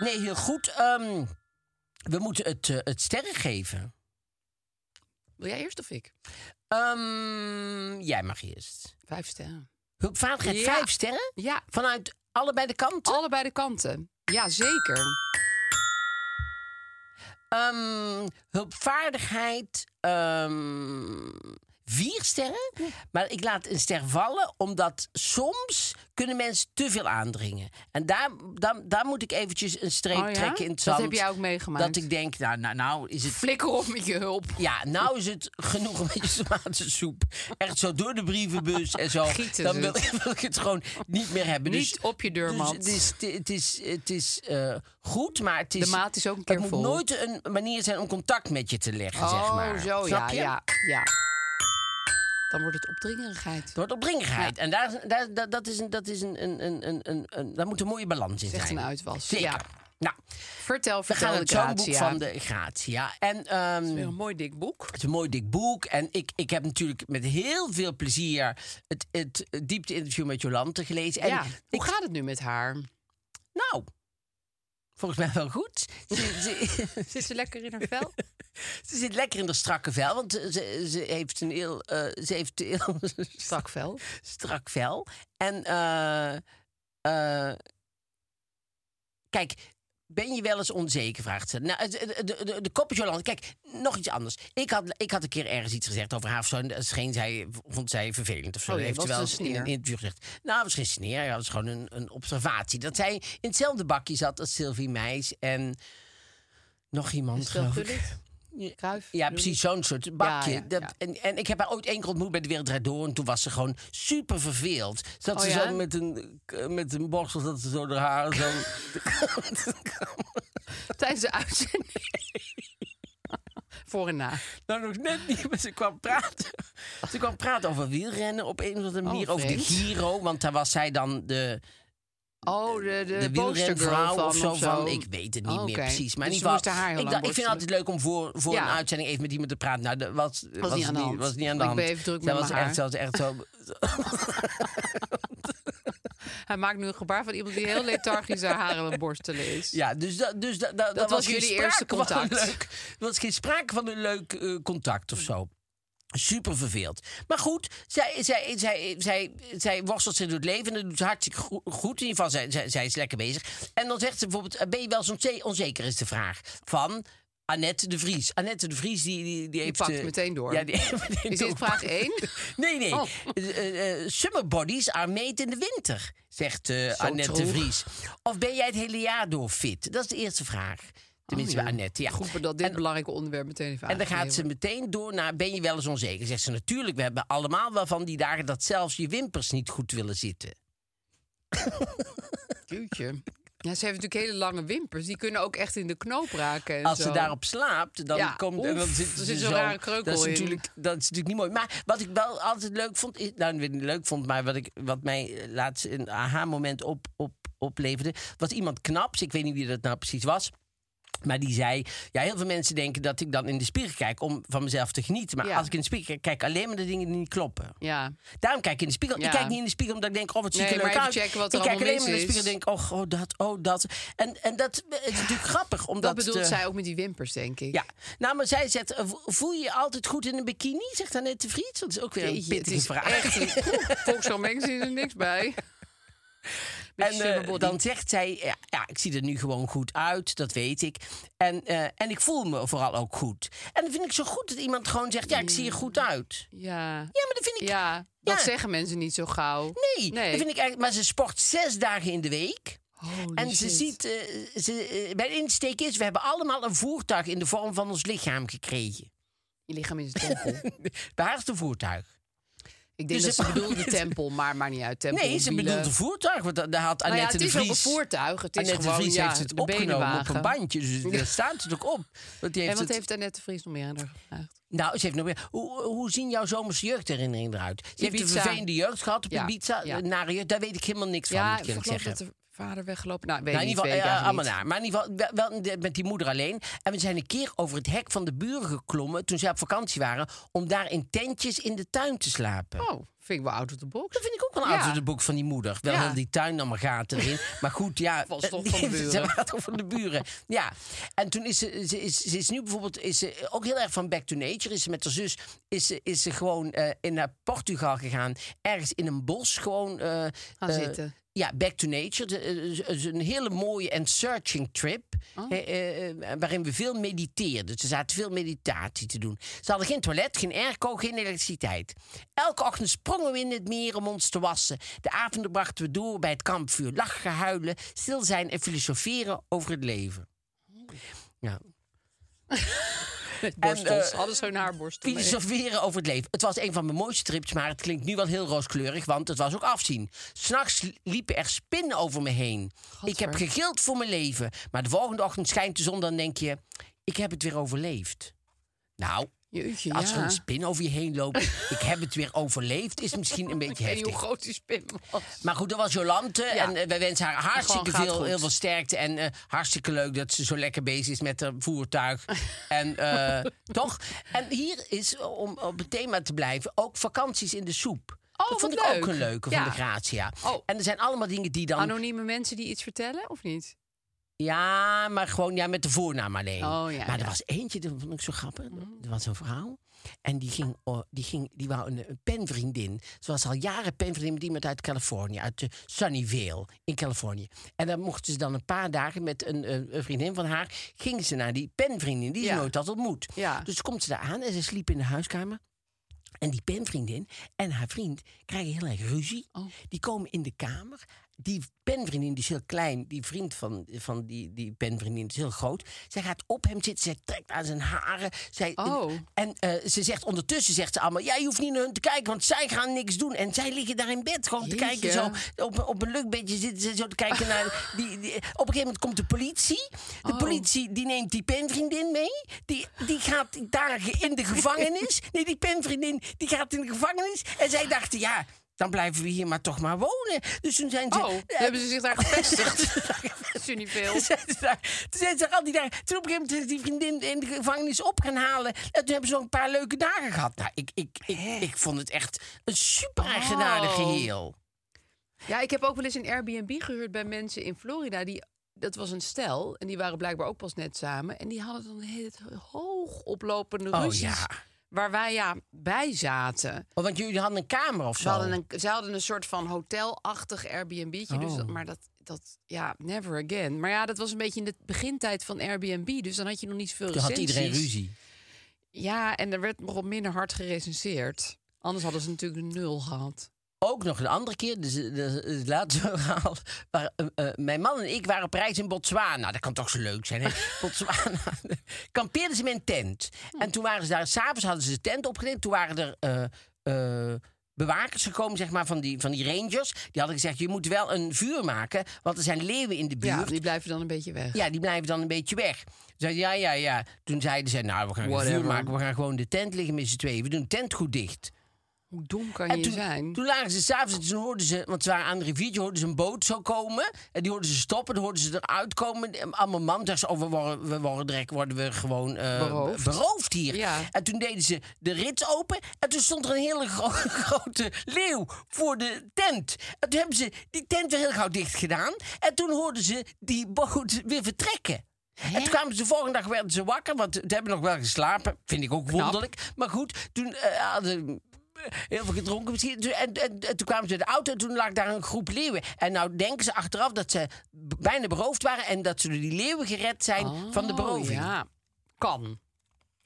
Speaker 4: nee, heel goed. Ehm, we moeten het, eh, het sterren geven.
Speaker 1: Wil jij eerst of ik?
Speaker 4: Ehm, jij mag eerst.
Speaker 1: Vijf sterren.
Speaker 4: Hulpvaardigheid
Speaker 1: Ja. Oh.
Speaker 4: vijf sterren?
Speaker 1: Ja,
Speaker 4: Vanuit allebei de kanten?
Speaker 1: allebei de kanten. Ja, zeker.
Speaker 4: Ehm, hulpvaardigheid ehm, vier sterren. Maar ik laat een ster vallen, omdat soms kunnen mensen te veel aandringen. En daar, daar, daar moet ik eventjes een streep
Speaker 1: Oh ja?
Speaker 4: trekken in het
Speaker 1: Dat
Speaker 4: zand.
Speaker 1: heb jij ook meegemaakt?
Speaker 4: Dat ik denk, nou, nou, nou is het
Speaker 1: Flikker op met je hulp.
Speaker 4: ja, nou is het genoeg met je tomatensoep. Echt zo door de brievenbus en zo.
Speaker 1: Gieten
Speaker 4: Dan
Speaker 1: ze
Speaker 4: wil,
Speaker 1: het.
Speaker 4: wil ik het gewoon niet meer hebben.
Speaker 1: Niet op je deurmat.
Speaker 4: Dus het is, het is, het is eh, goed, maar het is...
Speaker 1: De maat is ook een
Speaker 4: Het
Speaker 1: keer
Speaker 4: moet
Speaker 1: vol.
Speaker 4: nooit een manier zijn om contact met je te leggen, zeg maar.
Speaker 1: Oh, zo ja,
Speaker 4: Snap je?
Speaker 1: ja, ja. Dan wordt het opdringerigheid.
Speaker 4: Het wordt opdringigheid. En daar, daar, dat, dat is een, dat is een, een, een, een, een, een- daar moet een mooie balans in
Speaker 1: is echt
Speaker 4: zijn.
Speaker 1: een uitwas.
Speaker 4: Zeker.
Speaker 1: Ja.
Speaker 4: Nou,
Speaker 1: Vertel,
Speaker 4: we
Speaker 1: vertel
Speaker 4: gaan
Speaker 1: de
Speaker 4: het zo'n
Speaker 1: gratie, ja.
Speaker 4: van de Gratia. En, ehm,
Speaker 1: Weer Een mooi dik boek.
Speaker 4: Het is een mooi dik boek. En ik, ik heb natuurlijk met heel veel plezier het, het diepte-interview met Jolante gelezen. En
Speaker 1: ja.
Speaker 4: ik,
Speaker 1: Hoe gaat het nu met haar?
Speaker 4: Nou, volgens mij wel goed. Ze, ze,
Speaker 1: Zit ze lekker in haar vel?
Speaker 4: ze zit lekker in de strakke vel, want ze, ze- ze heeft een heel, eh, ze heeft een heel
Speaker 1: Strak vel.
Speaker 4: strak vel. En eh, eh, kijk, ben je wel eens onzeker? Vraagt ze. Nou, het- het- de, de, de kop is Jolande. Kijk, nog iets anders. Ik had, ik had een keer ergens iets gezegd over haar of zo. En dat scheen zij, vond zij vervelend of zo.
Speaker 1: Oh,
Speaker 4: Dat
Speaker 1: ja,
Speaker 4: heeft ze
Speaker 1: was
Speaker 4: wel
Speaker 1: het
Speaker 4: eens
Speaker 1: een
Speaker 4: in een
Speaker 1: sneer?
Speaker 4: interview gezegd. Nou, het was geen sneer. Ja, het was gewoon een, een observatie. Dat zij in hetzelfde bakje zat als Sylvie Meis en nog iemand,
Speaker 1: Stel
Speaker 4: geloof ik.
Speaker 1: Gullit. Kruif.
Speaker 4: Ja, precies, zo'n soort bakje.
Speaker 1: Ja, ja,
Speaker 4: Dat-
Speaker 1: ja.
Speaker 4: En, en ik heb haar ooit één keer ontmoet bij de Wereld Draait Door. En toen was ze gewoon super verveeld. Zat
Speaker 1: Oh
Speaker 4: ze
Speaker 1: ja?
Speaker 4: zo met een, met een borstel, zat ze zo haar haren zo...
Speaker 1: Tijdens de uitzending. Voor en na.
Speaker 4: nou, nog net niet, maar ze kwam praten. Ze kwam praten over wielrennen op een of andere manier. over de
Speaker 1: vreemd.
Speaker 4: Giro, want daar was zij dan de,
Speaker 1: Oh, de, de,
Speaker 4: de
Speaker 1: postervrouw
Speaker 4: wielrenvrouw
Speaker 1: van
Speaker 4: of zo, van. Ik weet het niet
Speaker 1: Oh,
Speaker 4: meer
Speaker 1: oké.
Speaker 4: precies. Maar
Speaker 1: Dus
Speaker 4: in
Speaker 1: ze
Speaker 4: ieder
Speaker 1: moesten
Speaker 4: geval,
Speaker 1: haar heel
Speaker 4: ik,
Speaker 1: lang
Speaker 4: dacht, ik vind het altijd
Speaker 1: borstelen.
Speaker 4: leuk om voor, voor
Speaker 1: Ja.
Speaker 4: een uitzending even met iemand te praten. Nou, dat was, was,
Speaker 1: niet aan de hand.
Speaker 4: was niet aan de
Speaker 1: Ik
Speaker 4: hand.
Speaker 1: ben even druk
Speaker 4: Zij
Speaker 1: met
Speaker 4: was
Speaker 1: mijn
Speaker 4: echt,
Speaker 1: haar.
Speaker 4: zij was echt zo...
Speaker 1: Hij maakt nu een gebaar van iemand die heel lethargisch haar haren aan het borstelen is.
Speaker 4: Ja, dus, da, dus da, da- daar
Speaker 1: was
Speaker 4: geen
Speaker 1: jullie
Speaker 4: sprake
Speaker 1: eerste
Speaker 4: van
Speaker 1: contact.
Speaker 4: een Leuk, er was geen sprake van een leuk eh, contact of zo. Super verveeld. Maar goed, zij, zij, zij, zij, zij worstelt zich door het leven en dat doet ze hartstikke go- goed. In ieder geval, zij, zij, zij is lekker bezig. En dan zegt ze bijvoorbeeld, eh, ben je wel eens onze- onzeker, is de vraag. Van Annette de Vries. Annette de Vries, die, die, die heeft...
Speaker 1: pakt
Speaker 4: eh,
Speaker 1: meteen door.
Speaker 4: Ja, die heeft meteen
Speaker 1: Is dit
Speaker 4: door.
Speaker 1: vraag één?
Speaker 4: Nee, nee.
Speaker 1: Oh.
Speaker 4: Eh, eh, summer bodies are made in de winter, zegt eh, Annette de
Speaker 1: troeg.
Speaker 4: Vries. Of ben jij het hele jaar door fit? Dat is de eerste vraag. Tenminste,
Speaker 1: Oh,
Speaker 4: bij Annette, ja.
Speaker 1: Goed dat dit belangrijke onderwerp meteen even
Speaker 4: En dan gaat
Speaker 1: aangegeven
Speaker 4: ze meteen door naar, ben je wel eens onzeker? Zegt ze, natuurlijk, we hebben allemaal wel van die dagen... dat zelfs je wimpers niet goed willen zitten.
Speaker 1: Jeetje. Ja, ze heeft natuurlijk hele lange wimpers. Die kunnen ook echt in de knoop raken. En
Speaker 4: Als
Speaker 1: zo.
Speaker 4: ze daarop slaapt, dan
Speaker 1: Ja,
Speaker 4: komt en dan
Speaker 1: oef,
Speaker 4: zit
Speaker 1: er
Speaker 4: ze
Speaker 1: zit
Speaker 4: zo.
Speaker 1: zo'n rare kreukel
Speaker 4: dat is
Speaker 1: in.
Speaker 4: natuurlijk, dat is natuurlijk niet mooi. Maar wat ik wel altijd leuk vond, is, nou niet leuk vond, maar wat ik wat mij eh, laatst een aha moment op, op opleverde, was iemand knaps. Ik weet niet wie dat nou precies was. Maar die zei, ja, heel veel mensen denken dat ik dan in de spiegel kijk om van mezelf te genieten. Maar
Speaker 1: Ja.
Speaker 4: als ik in de spiegel kijk, kijk ik alleen maar de dingen die niet kloppen.
Speaker 1: Ja.
Speaker 4: Daarom kijk ik in de spiegel.
Speaker 1: Ja.
Speaker 4: Ik kijk niet in de spiegel omdat ik denk, oh, wat ziet
Speaker 1: Nee,
Speaker 4: er leuk
Speaker 1: maar even
Speaker 4: uit.
Speaker 1: checken wat er
Speaker 4: ik kijk
Speaker 1: allemaal
Speaker 4: alleen maar in de
Speaker 1: mis
Speaker 4: spiegel en
Speaker 1: is.
Speaker 4: denk, oh, oh, dat, oh, dat. En, en dat eh, is natuurlijk grappig. Omdat
Speaker 1: Dat
Speaker 4: eh,
Speaker 1: bedoelt zij ook met die wimpers, denk ik.
Speaker 4: ja, nou, maar zij zegt, eh, vo- voel je je altijd goed in een bikini? Zegt Annette de Vries. Dat is ook weer een
Speaker 1: Jeetje, het
Speaker 4: pittige
Speaker 1: is
Speaker 4: vraag.
Speaker 1: echt... een- Volgens zo'n mensen is er niks bij.
Speaker 4: en
Speaker 1: Beetje slimme
Speaker 4: eh,
Speaker 1: body.
Speaker 4: dan zegt zij, ja, ja, ik zie er nu gewoon goed uit, dat weet ik. En, eh, en ik voel me vooral ook goed. En dat vind ik zo goed dat iemand gewoon zegt, ja, ik zie er goed uit.
Speaker 1: Ja.
Speaker 4: Ja, maar dat vind ik...
Speaker 1: Ja, dat
Speaker 4: Ja.
Speaker 1: zeggen mensen niet zo gauw.
Speaker 4: Nee, dat vind ik eigenlijk... Maar ze sport zes dagen in de week.
Speaker 1: Holy
Speaker 4: en ze
Speaker 1: shit.
Speaker 4: ziet... eh, ze, eh, mijn insteek is, we hebben allemaal een voertuig in de vorm van ons lichaam gekregen.
Speaker 1: Je lichaam is een tempel.
Speaker 4: Bij haar is het een voertuig.
Speaker 1: Ik denk
Speaker 4: Dus
Speaker 1: dat
Speaker 4: ze-
Speaker 1: ze bedoelde tempel, maar maakt niet uit. Tempel,
Speaker 4: Nee, ze
Speaker 1: wielen.
Speaker 4: bedoelt een voertuig. Want da- daar had
Speaker 1: Nou ja,
Speaker 4: Annette
Speaker 1: het
Speaker 4: de
Speaker 1: is
Speaker 4: Vries...
Speaker 1: ook een voertuig. Het is
Speaker 4: Annette
Speaker 1: gewoon,
Speaker 4: de Vries
Speaker 1: ja,
Speaker 4: heeft het
Speaker 1: de
Speaker 4: opgenomen op
Speaker 1: benenwagen.
Speaker 4: een bandje. Dus daar staat het ook op. Want die heeft
Speaker 1: En wat
Speaker 4: het-
Speaker 1: heeft Annette de Vries nog meer aan haar gevraagd?
Speaker 4: Nou, ze heeft nog meer... Hoe, hoe zien jouw zomerse jeugdherinneringen eruit? Ze heeft een
Speaker 1: Ibiza.
Speaker 4: vervelende jeugd gehad op
Speaker 1: Ja,
Speaker 4: Ibiza.
Speaker 1: ja.
Speaker 4: een Nare jeugd, daar weet ik helemaal niks van,
Speaker 1: ja,
Speaker 4: moet ik eerlijk
Speaker 1: geloof
Speaker 4: zeggen.
Speaker 1: dat de vader weggelopen... Nou, weet
Speaker 4: Nou,
Speaker 1: ik
Speaker 4: in
Speaker 1: niet,
Speaker 4: ieder
Speaker 1: weet
Speaker 4: geval,
Speaker 1: ik
Speaker 4: eh,
Speaker 1: eigenlijk
Speaker 4: allemaal
Speaker 1: niet.
Speaker 4: naar. Maar in ieder geval, wel- wel de- met die moeder alleen. En we zijn een keer over het hek van de buren geklommen... toen zij op vakantie waren... om daar in tentjes in de tuin te slapen.
Speaker 1: Oh, vind ik wel out of the box.
Speaker 4: Dat vind ik ook wel
Speaker 1: Ja.
Speaker 4: uit het boek van die moeder. Wel
Speaker 1: Ja.
Speaker 4: heel die tuin allemaal gaten erin. Maar goed, ja.
Speaker 1: Was toch van de buren.
Speaker 4: Ze waren toch van de buren. Ja. En toen is ze, ze, is, ze is nu bijvoorbeeld is ze ook heel erg van back to nature. Is ze met haar zus is ze, is ze gewoon eh, in naar Portugal gegaan. Ergens in een bos gewoon... eh,
Speaker 1: Gaan
Speaker 4: eh,
Speaker 1: zitten.
Speaker 4: dus, ja, back to nature. De- eh, is- is een hele mooie en searching trip. eh, eh, eh, waarin we veel mediteerden. Dus er zaten veel meditatie te doen. Ze hadden geen toilet, geen airco, geen elektriciteit. Elke ochtend sprongen we in het meer om ons te wassen. De avonden brachten we door bij het kampvuur. Lachen, huilen, stil zijn en filosoferen over het leven. Ja.
Speaker 1: Met borstels.
Speaker 4: eh,
Speaker 1: Hadden zo'n haarborstel. mee.
Speaker 4: Filosoferen over het leven. Het was een van mijn mooiste trips, maar het klinkt nu wel heel rooskleurig, want het was ook afzien. S'nachts liepen er spinnen over me heen. Ik heb gegild voor mijn leven, maar de volgende ochtend schijnt de zon, dan denk je, ik heb het weer overleefd. Nou,
Speaker 1: Jeetje,
Speaker 4: als er
Speaker 1: ja.
Speaker 4: een spin over je heen loopt, ik heb het weer overleefd, is misschien een beetje
Speaker 1: En hoe
Speaker 4: heftig.
Speaker 1: groot die spin was.
Speaker 4: Maar goed, dat was Jolante.
Speaker 1: Ja.
Speaker 4: En eh, wij wensen haar hartstikke
Speaker 1: Gewoon gaat
Speaker 4: veel,
Speaker 1: goed.
Speaker 4: heel veel sterkte. En eh, hartstikke leuk dat ze zo lekker bezig is met haar voertuig. en eh, toch? En hier is, eh, om op het thema te blijven, ook vakanties in de soep.
Speaker 1: Oh,
Speaker 4: dat vond
Speaker 1: wat
Speaker 4: ik ook
Speaker 1: leuk.
Speaker 4: een leuke
Speaker 1: Ja.
Speaker 4: van de Gratia.
Speaker 1: Oh.
Speaker 4: En er zijn allemaal dingen die dan...
Speaker 1: Anonieme mensen die iets vertellen, of niet?
Speaker 4: Ja, maar gewoon ja, met de voornaam alleen.
Speaker 1: Oh, ja, Mm-hmm.
Speaker 4: maar er
Speaker 1: ja.
Speaker 4: was eentje, dat vond ik zo grappig. Er was een vrouw. En die, ging, oh, die, ging, die wou een, een penvriendin. Ze was al jaren penvriendin met iemand uit Californië. Uit eh, Sunnyvale in Californië. En dan mochten ze dan een paar dagen met een, eh, een vriendin van haar... gingen ze naar die penvriendin die ze
Speaker 1: Ja.
Speaker 4: nooit had ontmoet.
Speaker 1: Ja.
Speaker 4: Dus komt ze daar aan en ze sliep in de huiskamer. En die penvriendin en haar vriend krijgen heel erg ruzie. Die komen in de kamer. Die penvriendin die is heel klein. Die vriend van, van die, die penvriendin is heel groot. Zij gaat op hem zitten. Zij trekt aan zijn haren. Zij,
Speaker 1: Oh.
Speaker 4: En eh, ze zegt ondertussen zegt ze allemaal... Jij hoeft niet naar hun te kijken, want zij gaan niks doen. En zij liggen daar in bed gewoon te kijken.
Speaker 1: Jeetje.
Speaker 4: Zo, op, op een luchtbedje zitten ze zo te kijken naar. Die, die- op een gegeven moment komt de politie. De
Speaker 1: Oh.
Speaker 4: politie die neemt die penvriendin mee. Die, die gaat daar ge- in de gevangenis. Nee, die penvriendin die gaat in de gevangenis. En zij dachten, ja, dan blijven we hier maar toch maar wonen. Dus toen zijn ze.
Speaker 1: Oh,
Speaker 4: eh,
Speaker 1: hebben ze zich daar gevestigd?
Speaker 4: gevestigd?
Speaker 1: Dat is niet veel.
Speaker 4: Toen zijn ze daar- Toen zijn ze daar al die dagen. Toen op een gegeven moment is die vriendin in de gevangenis op gaan halen. En toen hebben ze nog een paar leuke dagen gehad. Nou, ik, ik, ik, ik vond het echt een super eigenaardig
Speaker 1: Oh.
Speaker 4: geheel.
Speaker 1: Ja, ik heb ook wel eens een Airbnb gehuurd bij mensen in Florida. Die, dat was een stel. En die waren blijkbaar ook pas net samen. En die hadden dan hele hoog oplopende
Speaker 4: Oh,
Speaker 1: ruzies.
Speaker 4: ja.
Speaker 1: Waar wij ja bij zaten.
Speaker 4: Oh, want jullie hadden een kamer of zo. Oh.
Speaker 1: Ze hadden een, ze hadden een soort van hotelachtig Airbnb'tje. Dus dat, maar dat, dat, ja, never again. Maar ja, dat was een beetje in de begintijd van Airbnb. Dus dan had je nog niet zoveel
Speaker 4: Toen had
Speaker 1: recensies.
Speaker 4: iedereen ruzie.
Speaker 1: Ja, en er werd nog minder hard gerecenseerd. Anders hadden ze natuurlijk een nul gehad.
Speaker 4: Ook nog een andere keer, dus, eh, dus, eh, het laatste verhaal. Waar, eh, eh, mijn man en ik waren op reis in Botswana. Nou, Dat kan toch zo leuk zijn, hè? Botswana. Kampeerden ze met een tent. En toen waren ze daar, s'avonds hadden ze de tent opgeleend. Toen waren er eh, eh, bewakers gekomen, zeg maar, van die, van die rangers. Die hadden gezegd, je moet wel een vuur maken, want er zijn leeuwen in de buurt.
Speaker 1: Ja, die blijven dan een beetje weg.
Speaker 4: Ja, die blijven dan een beetje weg. Zeiden, ja, ja, ja. Toen zeiden ze, nou, we gaan geen vuur
Speaker 1: Whatever.
Speaker 4: maken. We gaan gewoon de tent liggen met z'n tweeën. We doen de tent goed dicht.
Speaker 1: Hoe dom kan
Speaker 4: En
Speaker 1: je
Speaker 4: toen,
Speaker 1: zijn?
Speaker 4: toen lagen ze s'avonds, en toen hoorden ze, want ze waren aan de riviertje, hoorden ze een boot zo komen. En die hoorden ze stoppen, dan hoorden ze eruit komen. En Allemaal man, dachten ze, oh, we worden, we worden direct worden we gewoon eh,
Speaker 1: Beroofd.
Speaker 4: beroofd hier.
Speaker 1: Ja.
Speaker 4: En toen deden ze de rits open en toen stond er een hele gro- grote leeuw voor de tent. En toen hebben ze die tent weer heel gauw dicht gedaan. En toen hoorden ze die boot weer vertrekken. En toen kwamen ze de volgende dag werden ze wakker, want ze hebben nog wel geslapen. Vind ik ook wonderlijk. Maar goed, toen eh, hadden heel veel gedronken misschien. Toen- En, en, en toen kwamen ze in de auto en toen lag daar een groep leeuwen. En nou denken ze achteraf dat ze b- bijna beroofd waren... en dat ze door die leeuwen gered zijn van de
Speaker 1: Oh,
Speaker 4: beroving.
Speaker 1: Ja, kan.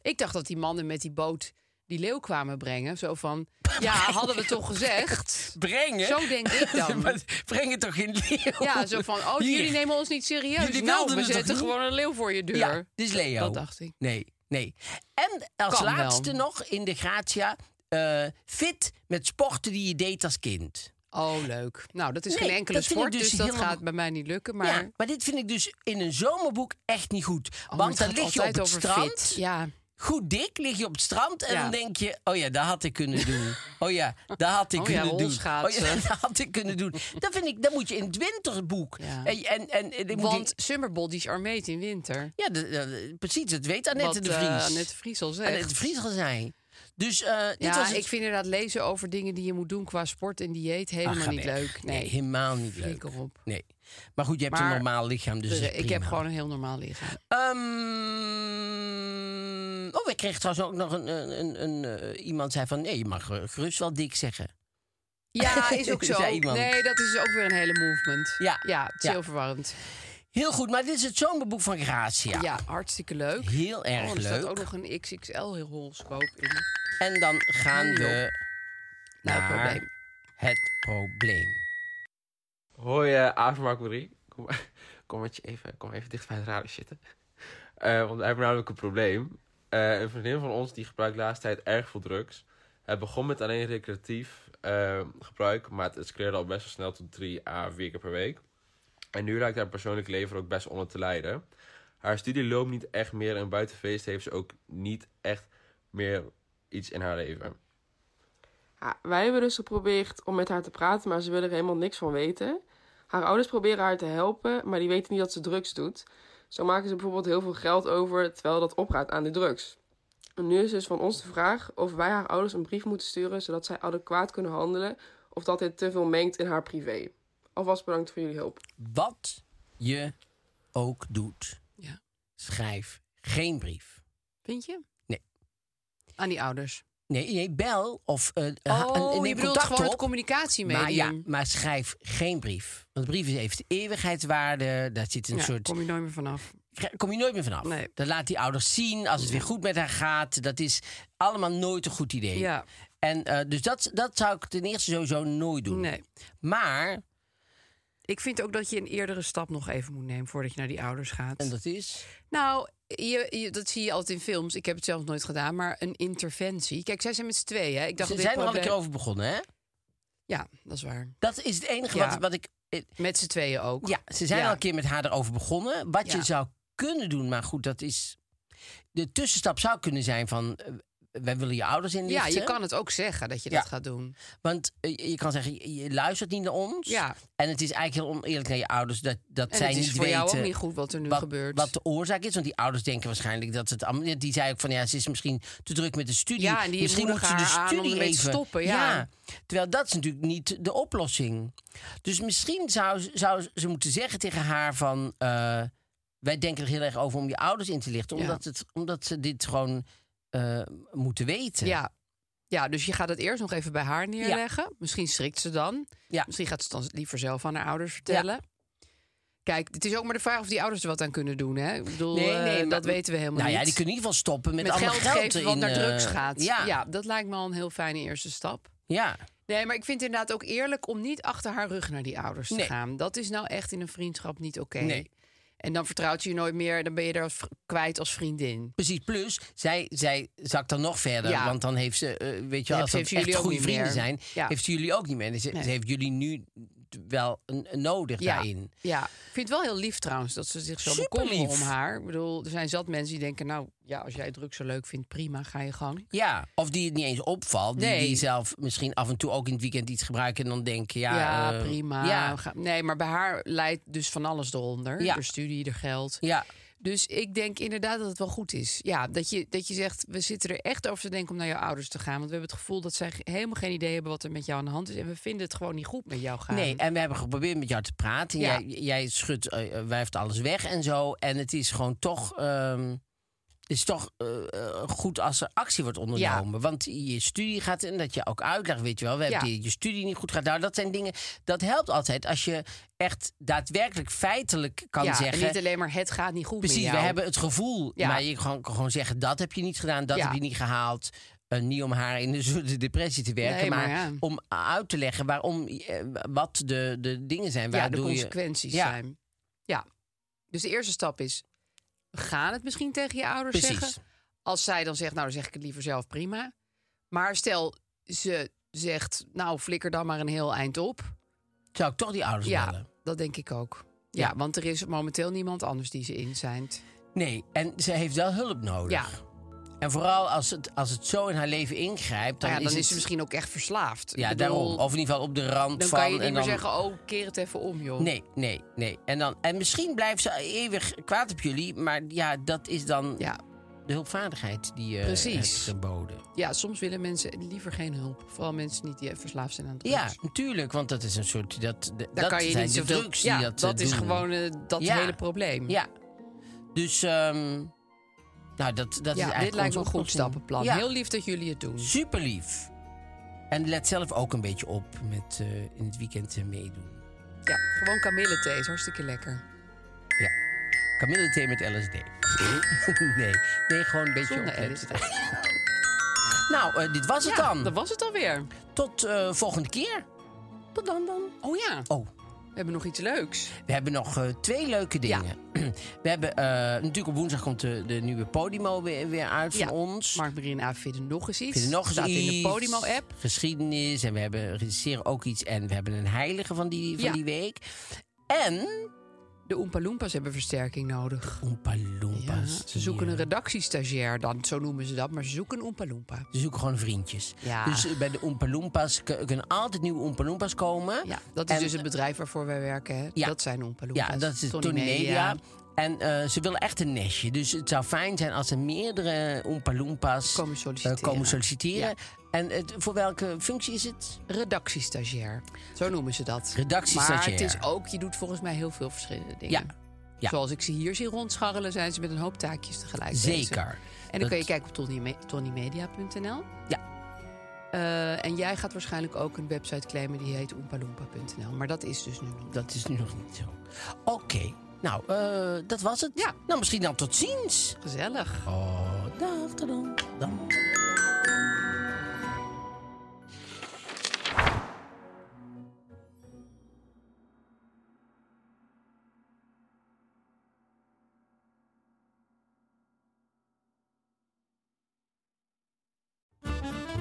Speaker 1: Ik dacht dat die mannen met die boot die leeuw kwamen brengen. Zo van, ja, hadden we toch gezegd.
Speaker 4: Brengen?
Speaker 1: Zo denk ik dan.
Speaker 4: Maar Brengen toch geen leeuw?
Speaker 1: Ja, zo van, oh,
Speaker 4: Hier.
Speaker 1: jullie nemen ons niet serieus.
Speaker 4: Jullie
Speaker 1: nou,
Speaker 4: wilden
Speaker 1: we
Speaker 4: het toch
Speaker 1: zetten
Speaker 4: niet?
Speaker 1: gewoon een leeuw voor je deur.
Speaker 4: Ja, dit is Leo.
Speaker 1: Dat dacht ik.
Speaker 4: Nee, nee. En als
Speaker 1: Kan wel.
Speaker 4: laatste nog in de gratia... eh, fit met sporten die je deed als kind.
Speaker 1: Oh, leuk. Nou, dat is
Speaker 4: Nee,
Speaker 1: geen enkele
Speaker 4: dat vind ik
Speaker 1: sport, dus,
Speaker 4: dus
Speaker 1: dat
Speaker 4: helemaal-
Speaker 1: gaat bij mij niet lukken. Maar,
Speaker 4: Ja, maar dit vind ik dus in een zomerboek echt niet goed.
Speaker 1: Oh,
Speaker 4: Want
Speaker 1: het
Speaker 4: dan
Speaker 1: gaat
Speaker 4: lig je op
Speaker 1: altijd
Speaker 4: het
Speaker 1: over
Speaker 4: strand...
Speaker 1: fit. Ja,
Speaker 4: goed dik lig je op het strand en
Speaker 1: Ja.
Speaker 4: dan denk je, oh ja, dat had ik kunnen doen. Oh ja, dat had ik
Speaker 1: Oh ja,
Speaker 4: kunnen doen. Oh ja,
Speaker 1: rolschaatsen.
Speaker 4: dat had ik kunnen doen. Dat vind ik, dat moet je in het winterboek.
Speaker 1: Ja.
Speaker 4: En, en, en, en dan moet
Speaker 1: want
Speaker 4: je-
Speaker 1: summerbodies are made in winter.
Speaker 4: ja, dat- dat- precies, dat weet Annette
Speaker 1: Wat,
Speaker 4: de Vries.
Speaker 1: eh, Annette Vries al zegt.
Speaker 4: Annette de Vries al zei. Dus eh, dit
Speaker 1: Ja,
Speaker 4: was het.
Speaker 1: ik vind inderdaad lezen over dingen die je moet doen qua sport en dieët
Speaker 4: Ah,
Speaker 1: helemaal
Speaker 4: ga
Speaker 1: niet
Speaker 4: weg.
Speaker 1: leuk.
Speaker 4: Nee,
Speaker 1: Nee,
Speaker 4: helemaal niet leuk.
Speaker 1: Flikker op.
Speaker 4: Nee. Maar goed, je hebt een
Speaker 1: Maar-
Speaker 4: normaal lichaam, dus dat is
Speaker 1: ik heb
Speaker 4: prima.
Speaker 1: gewoon een heel normaal lichaam.
Speaker 4: Ehm, oh, ik kreeg trouwens ook nog een, een, een, een, eh, iemand zei van... nee, je mag eh, gerust wel dik zeggen.
Speaker 1: Ja, is ook zo.
Speaker 4: Zei iemand.
Speaker 1: Nee, dat is ook weer een hele movement.
Speaker 4: Ja,
Speaker 1: ja het is
Speaker 4: ja.
Speaker 1: heel verwarrend.
Speaker 4: Heel goed, maar dit is het zomerboek van Gracia.
Speaker 1: Ja, hartstikke leuk.
Speaker 4: Heel erg
Speaker 1: oh, er staat
Speaker 4: leuk.
Speaker 1: ook nog een XXL-horoscoop in.
Speaker 4: En dan gaan we
Speaker 1: Nou,
Speaker 4: naar
Speaker 1: probleem.
Speaker 4: het probleem.
Speaker 5: Hoi, eh Aaf en Mark Marie. Kom, kom, met je even, kom even dicht bij het raam zitten. Eh, want wij hebben namelijk een probleem. Eh, een vriendin van ons die gebruikt de laatste tijd erg veel drugs. Het begon met alleen recreatief eh, gebruik, maar het escaleerde al best wel snel tot drie à vier keer per week. En nu lijkt haar persoonlijk leven er ook best onder te lijden. Haar studie loopt niet echt meer en buiten feest heeft ze ook niet echt meer iets in haar leven.
Speaker 6: Ja, wij hebben dus geprobeerd om met haar te praten, maar ze willen er helemaal niks van weten. Haar ouders proberen haar te helpen, maar die weten niet dat ze drugs doet. Zo maken ze bijvoorbeeld heel veel geld over, terwijl dat opraadt aan de drugs. En nu is dus van ons de vraag of wij haar ouders een brief moeten sturen, zodat zij adequaat kunnen handelen, of dat dit te veel mengt in haar privé. Alvast bedankt voor jullie hulp.
Speaker 4: Wat je ook doet,
Speaker 1: Ja.
Speaker 4: schrijf geen brief.
Speaker 1: Vind je?
Speaker 4: Nee.
Speaker 1: Aan die ouders.
Speaker 4: Nee, nee bel of eh, ha-
Speaker 1: Oh,
Speaker 4: neem
Speaker 1: je bedoelt
Speaker 4: contact
Speaker 1: gewoon het
Speaker 4: op.
Speaker 1: communicatiemedium.
Speaker 4: Maar, ja, maar schrijf geen brief. Want de brief heeft eeuwigheidswaarde. Daar zit een
Speaker 1: Ja,
Speaker 4: soort.
Speaker 1: kom je nooit meer vanaf.
Speaker 4: Daar kom je nooit meer vanaf.
Speaker 1: Nee.
Speaker 4: Dat laat die ouders zien als het weer goed met haar gaat. Dat is allemaal nooit een goed idee.
Speaker 1: Ja.
Speaker 4: En, eh, dus dat, dat zou ik ten eerste sowieso nooit doen.
Speaker 1: Nee.
Speaker 4: Maar,
Speaker 1: Ik vind ook dat je een eerdere stap nog even moet nemen voordat je naar die ouders gaat.
Speaker 4: en dat is.
Speaker 1: Nou, je, je- dat zie je altijd in films. Ik heb het zelf nooit gedaan, maar een interventie. Kijk, zij zijn met z'n tweeën. Hè? Ik dacht,
Speaker 4: Ze
Speaker 1: dit
Speaker 4: zijn er al een keer
Speaker 1: probleem-
Speaker 4: over begonnen, hè?
Speaker 1: Ja, dat is waar.
Speaker 4: Dat is het enige
Speaker 1: Ja.
Speaker 4: wat, wat ik. eh,
Speaker 1: Met z'n tweeën ook.
Speaker 4: Ja, ze zijn
Speaker 1: Ja.
Speaker 4: al een keer met haar erover begonnen. Wat
Speaker 1: Ja.
Speaker 4: je zou kunnen doen, maar goed, dat is. De tussenstap zou kunnen zijn van. eh, wij willen je ouders
Speaker 1: Ja,
Speaker 4: inlichten.
Speaker 1: je kan het ook zeggen dat je
Speaker 4: Ja.
Speaker 1: dat gaat doen.
Speaker 4: Want eh, je kan zeggen, je- je luistert niet naar ons.
Speaker 1: Ja.
Speaker 4: En het is eigenlijk heel oneerlijk naar je ouders dat, dat
Speaker 1: En
Speaker 4: zij
Speaker 1: het is
Speaker 4: niet
Speaker 1: voor
Speaker 4: weten
Speaker 1: jou ook niet goed wat er nu
Speaker 4: wat,
Speaker 1: gebeurt.
Speaker 4: wat de oorzaak is. Want die ouders denken waarschijnlijk dat het allemaal... ja, Die zei ook van, ja, ze is misschien te druk met de studie.
Speaker 1: Ja, en die
Speaker 4: misschien moet
Speaker 1: moedigen
Speaker 4: ze de
Speaker 1: haar aan om
Speaker 4: studie
Speaker 1: ermee te
Speaker 4: even...
Speaker 1: stoppen, ja.
Speaker 4: Terwijl dat is natuurlijk niet de oplossing. Dus misschien zou, ze- zou ze moeten zeggen tegen haar van... eh, wij denken er heel erg over om je ouders in te lichten.
Speaker 1: Ja.
Speaker 4: Omdat, het, omdat ze dit gewoon eh, moeten weten.
Speaker 1: Ja. ja, dus je gaat het eerst nog even bij haar neerleggen. Misschien schrikt ze dan.
Speaker 4: Ja.
Speaker 1: Misschien gaat ze het dan liever zelf aan haar ouders vertellen. Kijk, het is ook maar de vraag of die ouders er wat aan kunnen doen. Hè? Ik bedoel, eh, dat
Speaker 4: maar-
Speaker 1: weten we helemaal
Speaker 4: nou
Speaker 1: niet.
Speaker 4: ja, die kunnen in ieder geval stoppen met,
Speaker 1: met
Speaker 4: allemaal
Speaker 1: geld,
Speaker 4: geld,
Speaker 1: geven wat
Speaker 4: in,
Speaker 1: naar
Speaker 4: eh,
Speaker 1: drugs gaat.
Speaker 4: Ja, ja.
Speaker 1: dat lijkt me al een heel fijne eerste stap. Nee, maar ik vind het inderdaad ook eerlijk om niet achter haar rug naar die ouders te
Speaker 4: Nee.
Speaker 1: gaan. Dat is nou echt in een vriendschap niet oké.
Speaker 4: Nee.
Speaker 1: En dan vertrouwt ze je nooit meer. Dan ben je daar als v- kwijt als vriendin.
Speaker 4: Precies, plus zij, zij zakt dan nog verder.
Speaker 1: Ja.
Speaker 4: Want dan heeft ze, eh, weet je
Speaker 1: Ja,
Speaker 4: wel, als
Speaker 1: ze
Speaker 4: dat
Speaker 1: heeft
Speaker 4: echt
Speaker 1: jullie ook
Speaker 4: goede
Speaker 1: niet
Speaker 4: vrienden
Speaker 1: meer.
Speaker 4: zijn,
Speaker 1: Ja.
Speaker 4: heeft ze jullie ook niet meer. En Ze,
Speaker 1: Nee.
Speaker 4: ze heeft jullie nu wel een, een nodig daarin.
Speaker 1: Ja, ik vind het wel heel lief trouwens dat ze zich zo
Speaker 4: Superlief.
Speaker 1: bekommeren om haar. Ik bedoel, er zijn zat mensen die denken, nou ja, als jij drugs zo leuk vindt, prima, ga je gang.
Speaker 4: Ja, of die het niet eens opvalt. Die,
Speaker 1: Nee.
Speaker 4: die zelf misschien af en toe ook in het weekend iets gebruiken en dan denken, ja...
Speaker 1: Ja,
Speaker 4: eh,
Speaker 1: prima.
Speaker 4: Ja,
Speaker 1: Ga- Nee, maar bij haar leidt dus van alles eronder.
Speaker 4: Ja.
Speaker 1: De studie, de geld.
Speaker 4: ja.
Speaker 1: Dus ik denk inderdaad dat het wel goed is. Ja, dat je, dat je zegt, we zitten er echt over te denken om naar jouw ouders te gaan. Want we hebben het gevoel dat zij ge- helemaal geen idee hebben wat er met jou aan de hand is. En we vinden het gewoon niet goed met jou gaan.
Speaker 4: Nee, en we hebben geprobeerd met jou te praten.
Speaker 1: Ja.
Speaker 4: Jij, jij schudt, eh, eh, wijft alles weg en zo. En het is gewoon toch, ehm, is toch eh, eh, goed als er actie wordt ondernomen. Want je studie gaat en dat je ook uitlegt, weet je wel. We
Speaker 1: Ja.
Speaker 4: hebben die- je studie niet goed gaat. Nou, dat zijn dingen, dat helpt altijd als je echt daadwerkelijk feitelijk kan
Speaker 1: ja, en
Speaker 4: zeggen...
Speaker 1: niet alleen maar het gaat niet goed
Speaker 4: Precies,
Speaker 1: met
Speaker 4: we
Speaker 1: jou.
Speaker 4: hebben het gevoel.
Speaker 1: Ja.
Speaker 4: Maar je kan kan gewoon zeggen, dat heb je niet gedaan, dat
Speaker 1: Ja.
Speaker 4: heb je niet gehaald. Eh, niet om haar in een soort depressie te werken,
Speaker 1: Nee,
Speaker 4: maar,
Speaker 1: maar ja.
Speaker 4: om uit te leggen waarom, eh, wat de, de dingen zijn.
Speaker 1: ja, de
Speaker 4: waardoor je-
Speaker 1: consequenties
Speaker 4: Ja.
Speaker 1: zijn. Ja. Dus de eerste stap is, we gaan het misschien tegen je ouders
Speaker 4: Precies.
Speaker 1: zeggen. Als zij dan zegt, nou dan zeg ik het liever zelf prima. Maar stel, ze zegt, nou flikker dan maar een heel eind op.
Speaker 4: Zou ik toch die ouders
Speaker 1: Ja,
Speaker 4: bellen?
Speaker 1: dat denk ik ook. Ja, want er is momenteel niemand anders die ze inzijnt.
Speaker 4: Nee, en ze heeft wel hulp nodig.
Speaker 1: Ja. nou
Speaker 4: En vooral als het, als het zo in haar leven ingrijpt, dan,
Speaker 1: Nou ja, dan is,
Speaker 4: het,
Speaker 1: ze misschien ook echt verslaafd. Ik
Speaker 4: Ja,
Speaker 1: bedoel,
Speaker 4: daarom. Of in ieder geval op de rand
Speaker 1: Dan
Speaker 4: van.
Speaker 1: kan je niet
Speaker 4: en
Speaker 1: meer
Speaker 4: dan-
Speaker 1: zeggen, oh, keer het even om, joh.
Speaker 4: Nee, nee, nee. En, dan, en misschien blijft ze eeuwig kwaad op jullie, maar ja, dat is dan
Speaker 1: Ja.
Speaker 4: de hulpvaardigheid die je
Speaker 1: Precies.
Speaker 4: hebt geboden.
Speaker 1: ja, soms willen mensen liever geen hulp. Vooral mensen niet die verslaafd zijn aan drugs.
Speaker 4: Ja, natuurlijk, want dat is een soort. Dat, dat
Speaker 1: Daar kan je
Speaker 4: zijn
Speaker 1: niet
Speaker 4: de
Speaker 1: zoveel...
Speaker 4: drugs
Speaker 1: ja,
Speaker 4: die dat, eh,
Speaker 1: is
Speaker 4: doen.
Speaker 1: gewoon eh, dat
Speaker 4: Ja.
Speaker 1: hele probleem.
Speaker 4: Ja. Dus, ehm, nou, dat, dat is
Speaker 1: Ja,
Speaker 4: eigenlijk.
Speaker 1: dit lijkt
Speaker 4: onze
Speaker 1: me een goed
Speaker 4: oplossing.
Speaker 1: stappenplan.
Speaker 4: Ja,
Speaker 1: Heel lief dat jullie het doen.
Speaker 4: super lief. En let zelf ook een beetje op met eh, in het weekend eh, meedoen.
Speaker 1: Ja, gewoon kamillethee is hartstikke lekker.
Speaker 4: Ja. Camille thee met LSD. nee, nee, gewoon een beetje
Speaker 1: Zonder
Speaker 4: opletten. nou, eh, dit was het
Speaker 1: Ja,
Speaker 4: dan.
Speaker 1: dat was het alweer.
Speaker 4: Tot eh, volgende keer. Tot dan dan.
Speaker 1: Oh ja,
Speaker 4: Oh,
Speaker 1: we hebben nog iets leuks.
Speaker 4: we hebben nog eh, twee leuke dingen. We hebben eh, natuurlijk op woensdag komt de, de nieuwe Podimo weer, weer uit
Speaker 1: Ja.
Speaker 4: van ons.
Speaker 1: Mark Marie en Aaf vinden nog eens iets.
Speaker 4: Vind er nog eens
Speaker 1: Staat in de
Speaker 4: iets.
Speaker 1: Podimo-app.
Speaker 4: Geschiedenis. En we hebben regisseren ook iets. En we hebben een heilige van die, van
Speaker 1: Ja.
Speaker 4: die week. En
Speaker 1: De Oompa Loompas hebben versterking nodig.
Speaker 4: Oompa
Speaker 1: Ja,
Speaker 4: Loompas.
Speaker 1: ze zoeken
Speaker 4: Ja.
Speaker 1: een redactiestagiair dan, zo noemen ze dat. Maar ze zoeken een Oompa Loompa.
Speaker 4: Ze zoeken gewoon vriendjes.
Speaker 1: Ja.
Speaker 4: Dus eh, bij de Oompa Loompas k- kunnen altijd nieuwe Oompa Loompas komen.
Speaker 1: Ja, dat is
Speaker 4: En-
Speaker 1: dus het bedrijf waarvoor wij werken. Hè?
Speaker 4: Ja.
Speaker 1: Dat zijn Oompa Loompas.
Speaker 4: Ja, dat is Tony,
Speaker 1: Tony
Speaker 4: Media.
Speaker 1: Media.
Speaker 4: En eh, ze willen echt een nestje. Dus het zou fijn zijn als er meerdere Oompa Loompas
Speaker 1: Komen
Speaker 4: eh,
Speaker 1: solliciteren.
Speaker 4: komen solliciteren. En het- voor welke functie is het?
Speaker 1: Redactiestagiair. Zo noemen ze dat.
Speaker 4: Redactiestagiair.
Speaker 1: Maar het is ook, je doet volgens mij heel veel verschillende dingen.
Speaker 4: Ja. Ja.
Speaker 1: Zoals ik ze hier zie rondscharrelen, zijn ze met een hoop taakjes tegelijk bezig.
Speaker 4: Zeker.
Speaker 1: En dan
Speaker 4: Dat-
Speaker 1: kun je kijken op Tony Me- tonymedia.nl.
Speaker 4: Ja.
Speaker 1: Eh, en jij gaat waarschijnlijk ook een website claimen die heet oempaloempa.nl. Maar dat is dus nu nog.
Speaker 4: Dat is nu nog niet zo. Oké. Nou, eh, dat was het.
Speaker 1: Ja.
Speaker 4: Nou, misschien dan tot ziens.
Speaker 1: Gezellig.
Speaker 4: Oh, dag, tot dan. dan.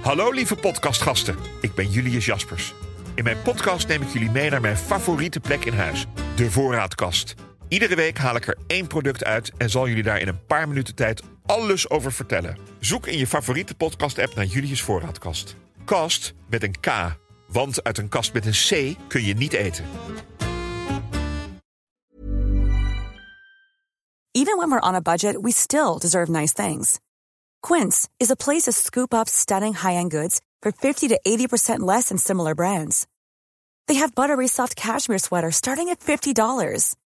Speaker 7: Hallo lieve podcastgasten, ik ben Julius Jaspers. In mijn podcast neem ik jullie mee naar mijn favoriete plek in huis, de voorraadkast. Iedere week haal ik er één product uit en zal jullie daar in een paar minuten tijd alles over vertellen. Zoek in je favoriete podcast-app naar Julius Voorraadkast. Kast met een K, want uit een kast met een C kun je niet eten.
Speaker 8: Even when we're on a budget, we still deserve nice things. Quince is a place to scoop up stunning high-end goods for 50 to 80% less than similar brands. They have buttery soft cashmere sweaters starting at $50,